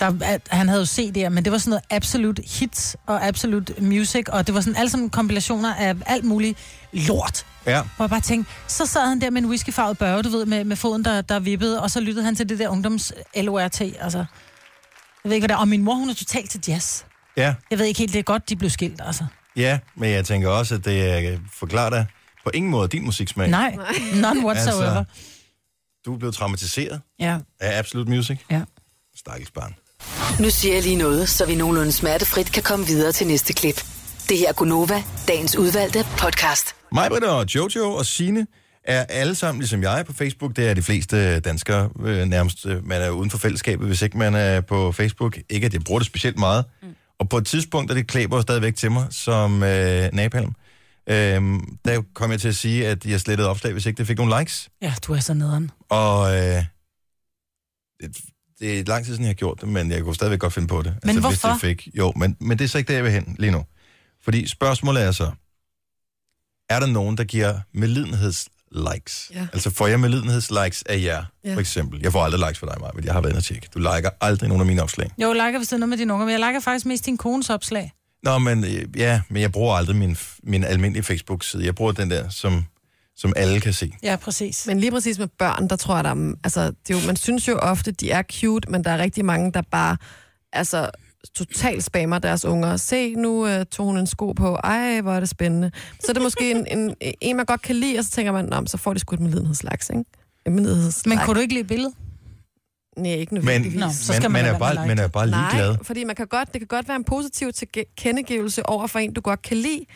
Der, at, han havde jo CD'er, men det var sådan noget absolut hits og absolut music, og det var sådan alle sammen kompilationer af alt muligt lort.
Ja.
Hvor jeg bare tænkte, så sad han der med en whiskyfarvet børge, du ved, med, med foden, der, der vippede, og så lyttede han til det der ungdoms LORT, altså. Jeg ved ikke, hvad det er. Og min mor, hun er totalt til jazz.
Ja,
Jeg ved ikke helt, det er godt, de blev skilt, altså.
ja, men jeg tænker også, at det øh, forklarer dig på ingen måde din musiksmag.
Nej, none whatsoever.
Altså.
Altså.
Du er blevet traumatiseret
Ja,
af Absolute Music.
ja.
Stakkels barn.
Nu siger jeg lige noget, så vi nogenlunde smertefrit kan komme videre til næste klip. Det her er Gunova, dagens udvalgte podcast.
Majbrit og Jojo og Sine er alle sammen, ligesom jeg, på Facebook. Det er de fleste danskere øh, nærmest. øh, Man er uden for fællesskabet, hvis ikke man er på Facebook. Ikke, at jeg bruger det specielt meget. Mm. Og på et tidspunkt, da det klæber stadigvæk til mig, som øh, napalm, øh, der kom jeg til at sige, at jeg slettede opslag, hvis ikke det fik nogen likes.
Ja, du er så nederen.
Og øh, det, det er lang tid siden, jeg har gjort det, men jeg kunne stadigvæk godt finde på det.
Men hvorfor?
Hvis det fik, jo, men, men det er så ikke der, jeg vil hen lige nu. Fordi spørgsmålet er så, er der nogen, der giver medlidenhedslikes?
Ja.
Altså får jeg medlidenhedslikes af jer,
Ja.
for eksempel? Jeg får aldrig likes for dig, Maja, men jeg har været inde og tjekke. Du liker aldrig nogen af mine opslag.
Jo, jeg liker, hvis det er noget med dine unger, men jeg liker faktisk mest din kones opslag.
Nå, men øh, ja, men jeg bruger aldrig min, min almindelige Facebook-side. Jeg bruger den der, som, som alle kan se.
Ja, præcis. Men,
Men lige præcis med børn, der tror jeg, der er, altså, det er jo, man synes jo ofte, de er cute, men der er rigtig mange, der bare altså, totalt spammer deres unger. Se, nu øh, tog hun en sko på. Ej, hvor er det spændende. Så er det måske en, en, en man godt kan lide, og så tænker man, Nå, men så får de sgu et medlidenhedslaks, ikke? En medlidenhedslaks.
men kunne du ikke lide billedet?
Nej, ikke
Men,
nødvendigvis.
Nå,
men,
så skal man
man,
lade
er
være med at
bare,
like
man er bare ligeglad.
Nej, fordi man kan godt, det kan godt være en positiv tilkendegivelse over for en, du godt kan lide.
Altså,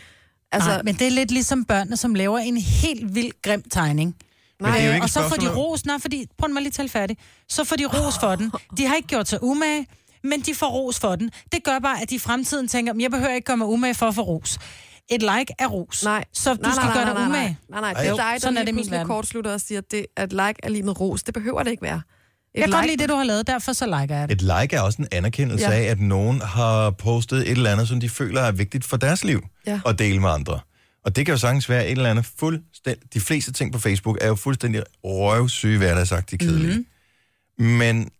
Altså,
nej, men det er lidt ligesom børnene, som laver en helt vild grim tegning. Øh,
Men det er jo ikke
og
et
så får de
spørgsmål om-
ros, nej, fordi, prøv mig lige at tale færdig. Så får de ros for den. De har ikke gjort sig umage, men de får ros for den. Det gør bare, at de i fremtiden tænker, "Men jeg behøver ikke gøre mig umage for at få ros. Et like er ros.
Nej.
Så du
nej,
skal
nej,
gøre
nej,
dig
nej,
umage.
Nej, nej, nej.
Ej,
det
jo.
er dig, der
Sådan
Sådan
er
lige
det i min
pludselig
verden.
kortslutter og siger, at, det, at like er lige med ros. Det behøver det ikke være. Et
Jeg kan godt lide det, du har lavet, derfor så liker jeg det.
Et like er også en anerkendelse ja.
Ja.
af, at nogen har postet et eller andet, som de føler er vigtigt for deres liv
Ja.
at dele med andre. Og det kan jo sagtens være et eller andet fuldstændig... De fleste ting på Facebook er jo fuldstændig røvsyge hverdagsagtigt kedelige. Mm-hmm. Men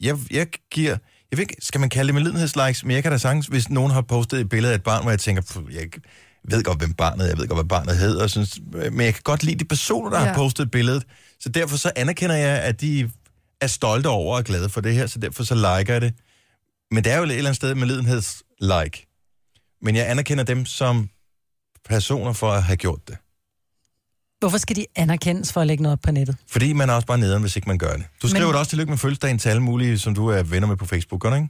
jeg, jeg giver... Jeg ved ikke, skal man kalde det med lidenhedslikes, men jeg kan da sagtens, hvis nogen har postet et billede af et barn, hvor jeg tænker, "Pff, jeg ved godt, hvem barnet er, jeg ved godt, hvad barnet hedder, og synes, men jeg kan godt lide de personer, der ja. har
Ja.
postet billedet. Så derfor så anerkender jeg, at de er stolte over og glade for det her, så derfor så liker jeg det. Men det er jo et eller andet sted med lidenheds-like. Men jeg anerkender dem som personer for at have gjort det.
Hvorfor skal de anerkendes for at lægge noget op på nettet?
Fordi man er også bare nederen, hvis ikke man gør det. Du skriver
Men-
Men... også tillykke med fødselsdagen til alle mulige, som du er venner med på Facebook, gør du ikke?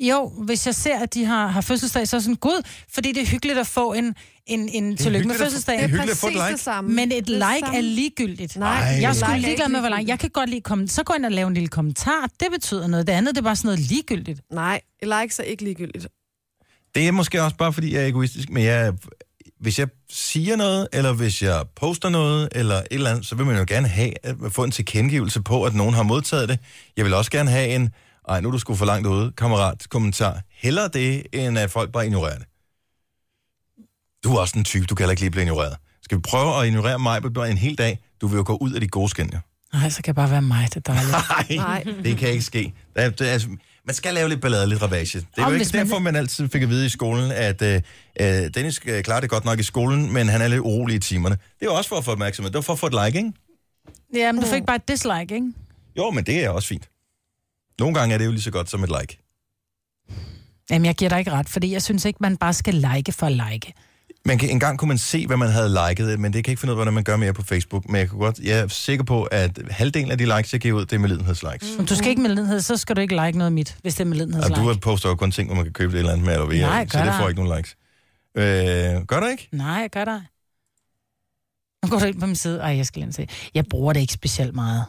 Jo, hvis jeg ser, at de har, har fødselsdag, så er jeg sådan, gud, fordi det er hyggeligt at få en, en, en tillykke med
hyggeligt at få-
fødselsdag.
Det er hyggeligt at få et like.
samme.
Men et
Det
like
samme.
er ligegyldigt.
Nej,
Ej.
Jeg er sgu
like er
ligeglad
ikke
med, hvor langt.
ligegyldigt.
Jeg kan godt lide kom- Så går jeg ind og laver en lille kommentar. Det betyder noget. Det andet, det er bare sådan noget ligegyldigt.
Nej, likes er ikke ligegyldigt.
Det er måske også bare, fordi jeg er egoistisk, men jeg, hvis jeg siger noget, eller hvis jeg poster noget, eller et eller andet, så vil man jo gerne have, at få en tilkendegivelse på, at nogen har modtaget det. Jeg vil også gerne have en, ej, nu er du sgu for langt ude, kammerat, kommentar. Heller det, end at folk bare ignorerer det. Du er også en type, du kan heller ikke lige blive ignoreret. Skal vi prøve at ignorere mig på en hel dag? Du vil jo gå ud af de gode skin, jo.
Nej, så kan jeg bare være mig, det er dejligt.
Nej, det kan ikke ske. Der, der, altså, man skal lave lidt ballade, lidt ravage. Det
Om
er jo ikke
hvis man-
derfor, man altid fik at vide i skolen, at øh, øh, Dennis øh, klarer det godt nok i skolen, men han er lidt urolig i timerne. Det er jo også for at få opmærksomhed. Det var for at få et like, ikke?
ja, men du fik bare et dislike, ikke?
Jo, men det er også fint. Nogle gange er det jo lige så godt som et like.
Jamen, jeg giver dig ikke ret, fordi jeg synes ikke, man bare skal like for at like.
Man kan, en gang kunne man se, hvad man havde liket, men det kan jeg ikke finde ud af, hvordan man gør mere på Facebook. Men jeg, kan godt, jeg er sikker på, at halvdelen af de likes, jeg giver ud, det er med lidenhedslikes. Mm.
Om du skal ikke med lidenhed, så skal du ikke like noget af mit, hvis det er med
Og
lidenhedslike.
du poster jo kun ting, hvor man kan købe det eller andet med, eller ved,
Nej,
så
gør
det
der.
får ikke nogen likes. Øh, gør du ikke?
Nej, gør dig. Nu går du ind på min side. Ej, jeg skal lige ind og se. Jeg bruger det ikke specielt meget.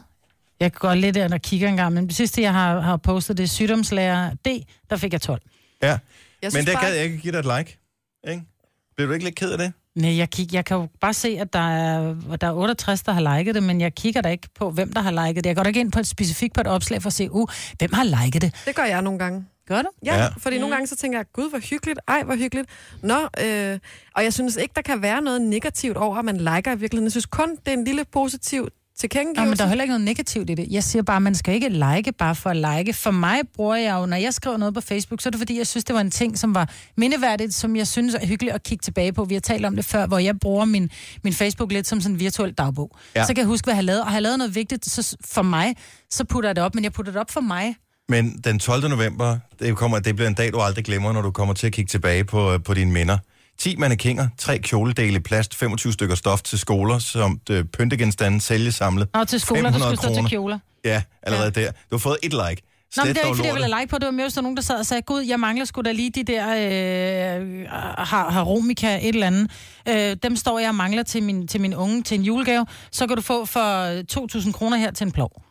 Jeg kan godt lidt ind og kigger en gang, men det sidste, jeg har, har postet, det er sygdomslærer D, der fik jeg 12.
Ja.
Jeg
Men
synes
der
bare,
gad jeg ikke give dig et like. Ikke? Bliver du ikke lidt ked af det?
Nej, jeg, kig, jeg kan jo bare se, at der er, der er 68, der har liket det, men jeg kigger da ikke på, hvem der har liket det. Jeg går da ikke ind på et specifikt på et opslag for at se, uh, hvem har liket det.
Det gør jeg nogle gange.
Gør du?
Ja,
Ja.
ja. fordi nogle gange så tænker jeg, gud, hvor hyggeligt, ej, hvor hyggeligt. Nå, øh, og jeg synes ikke, der kan være noget negativt over, at man liker i virkeligheden. Jeg synes kun, det er en lille positiv tilkendegivelse.
Nå, men der er heller ikke noget negativt i det. Jeg siger bare, at man skal ikke like bare for at like. For mig bruger jeg jo, når jeg skriver noget på Facebook, så er det fordi, jeg synes, det var en ting, som var mindeværdigt, som jeg synes er hyggeligt at kigge tilbage på. Vi har talt om det før, hvor jeg bruger min, min Facebook lidt som sådan en virtuel dagbog.
Ja.
Ja. Så kan jeg huske, hvad jeg har lavet. Og har jeg lavet noget vigtigt så s- for mig, så putter jeg det op. Men jeg putter det op for mig.
Men den 12. november, det, kommer, det bliver en dag, du aldrig glemmer, når du kommer til at kigge tilbage på, øh, på dine minder. 10 mannekinger, 3 kjoledele i plast, 25 stykker stof til skoler, som øh, pyntegenstande sælges samlet.
Og til skoler, der
500
skulle stå til
kroner.
kjoler.
Ja, allerede ja. der. Du har fået et like.
Nå, men
Slet
det er
dog
ikke, fordi jeg
lortet.
ville like på. Det var mere, hvis der var nogen, der sad og sagde, Gud, jeg mangler sgu da lige de der øh, har, har romika, et eller andet. Øh, dem står jeg og mangler til min, til min unge til en julegave. Så kan du få for 2.000 kroner her til en plov.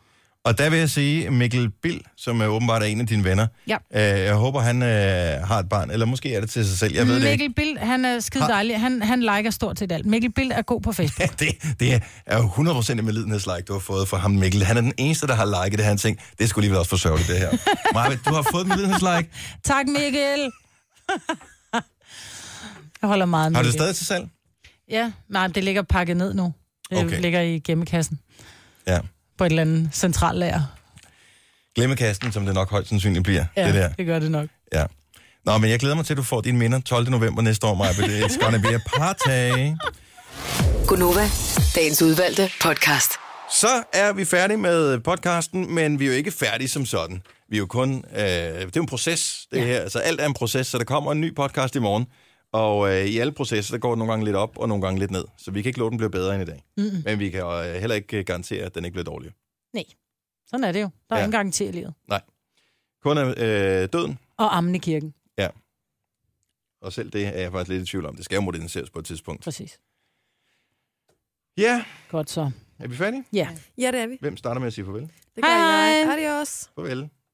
Og der vil jeg sige, Mikkel Bill, som er åbenbart er en af dine venner,
Ja.
øh, jeg håber, han øh, har et barn, eller måske er det til sig selv, jeg ved det ikke.
Mikkel Bill, han er skide
Har-
dejlig. Han, han liker stort set alt. Mikkel Bill er god på Facebook.
Det, det er jo 100% en medlidenhedslike, du har fået fra ham, Mikkel. Han er den eneste, der har liket det. Han tænkte, det skulle alligevel også for sørgeligt, det her. Maja, du har fået en medlidenhedslike.
tak, Mikkel! jeg holder meget af
Har
Mikkel.
du det stadig til salg?
Ja, nej, det ligger pakket ned nu. Det
Okay.
okay. ligger i gemmekassen
Ja.
på et eller andet centrallager.
Glemmekasten, som det nok højst sandsynligt bliver.
Ja,
det der.
det gør det nok.
Ja. Nå, men jeg glæder mig til, at du får dine minder 12. november næste år, Maja. It's gonna be a party.
Gunova, dagens udvalgte podcast.
Så er vi færdige med podcasten, men vi er jo ikke færdige som sådan. Vi er jo kun... Øh, det er jo en proces, det ja. her. Altså, alt er en proces, så der kommer en ny podcast i morgen. Og øh, i alle processer, der går den nogle gange lidt op, og nogle gange lidt ned. Så vi kan ikke love, den bliver bedre end i dag.
Mm.
Mm-hmm. Men vi kan øh, heller ikke øh, garantere, at den ikke bliver dårligere.
Sådan er det jo. Der er
Ja.
ja. ingen garanti i livet.
Kun af øh, døden,
Og ammen i kirken,
og selv det er jeg faktisk lidt i tvivl om. Det skal jo moderniseres på et tidspunkt.
præcis.
Ja,
Godt så.
er vi færdige?
Ja.
Ja, det er vi.
Hvem starter med at sige farvel?
Det gør
Hej,
hej,
hej.
jeg. Adios.
Farvel.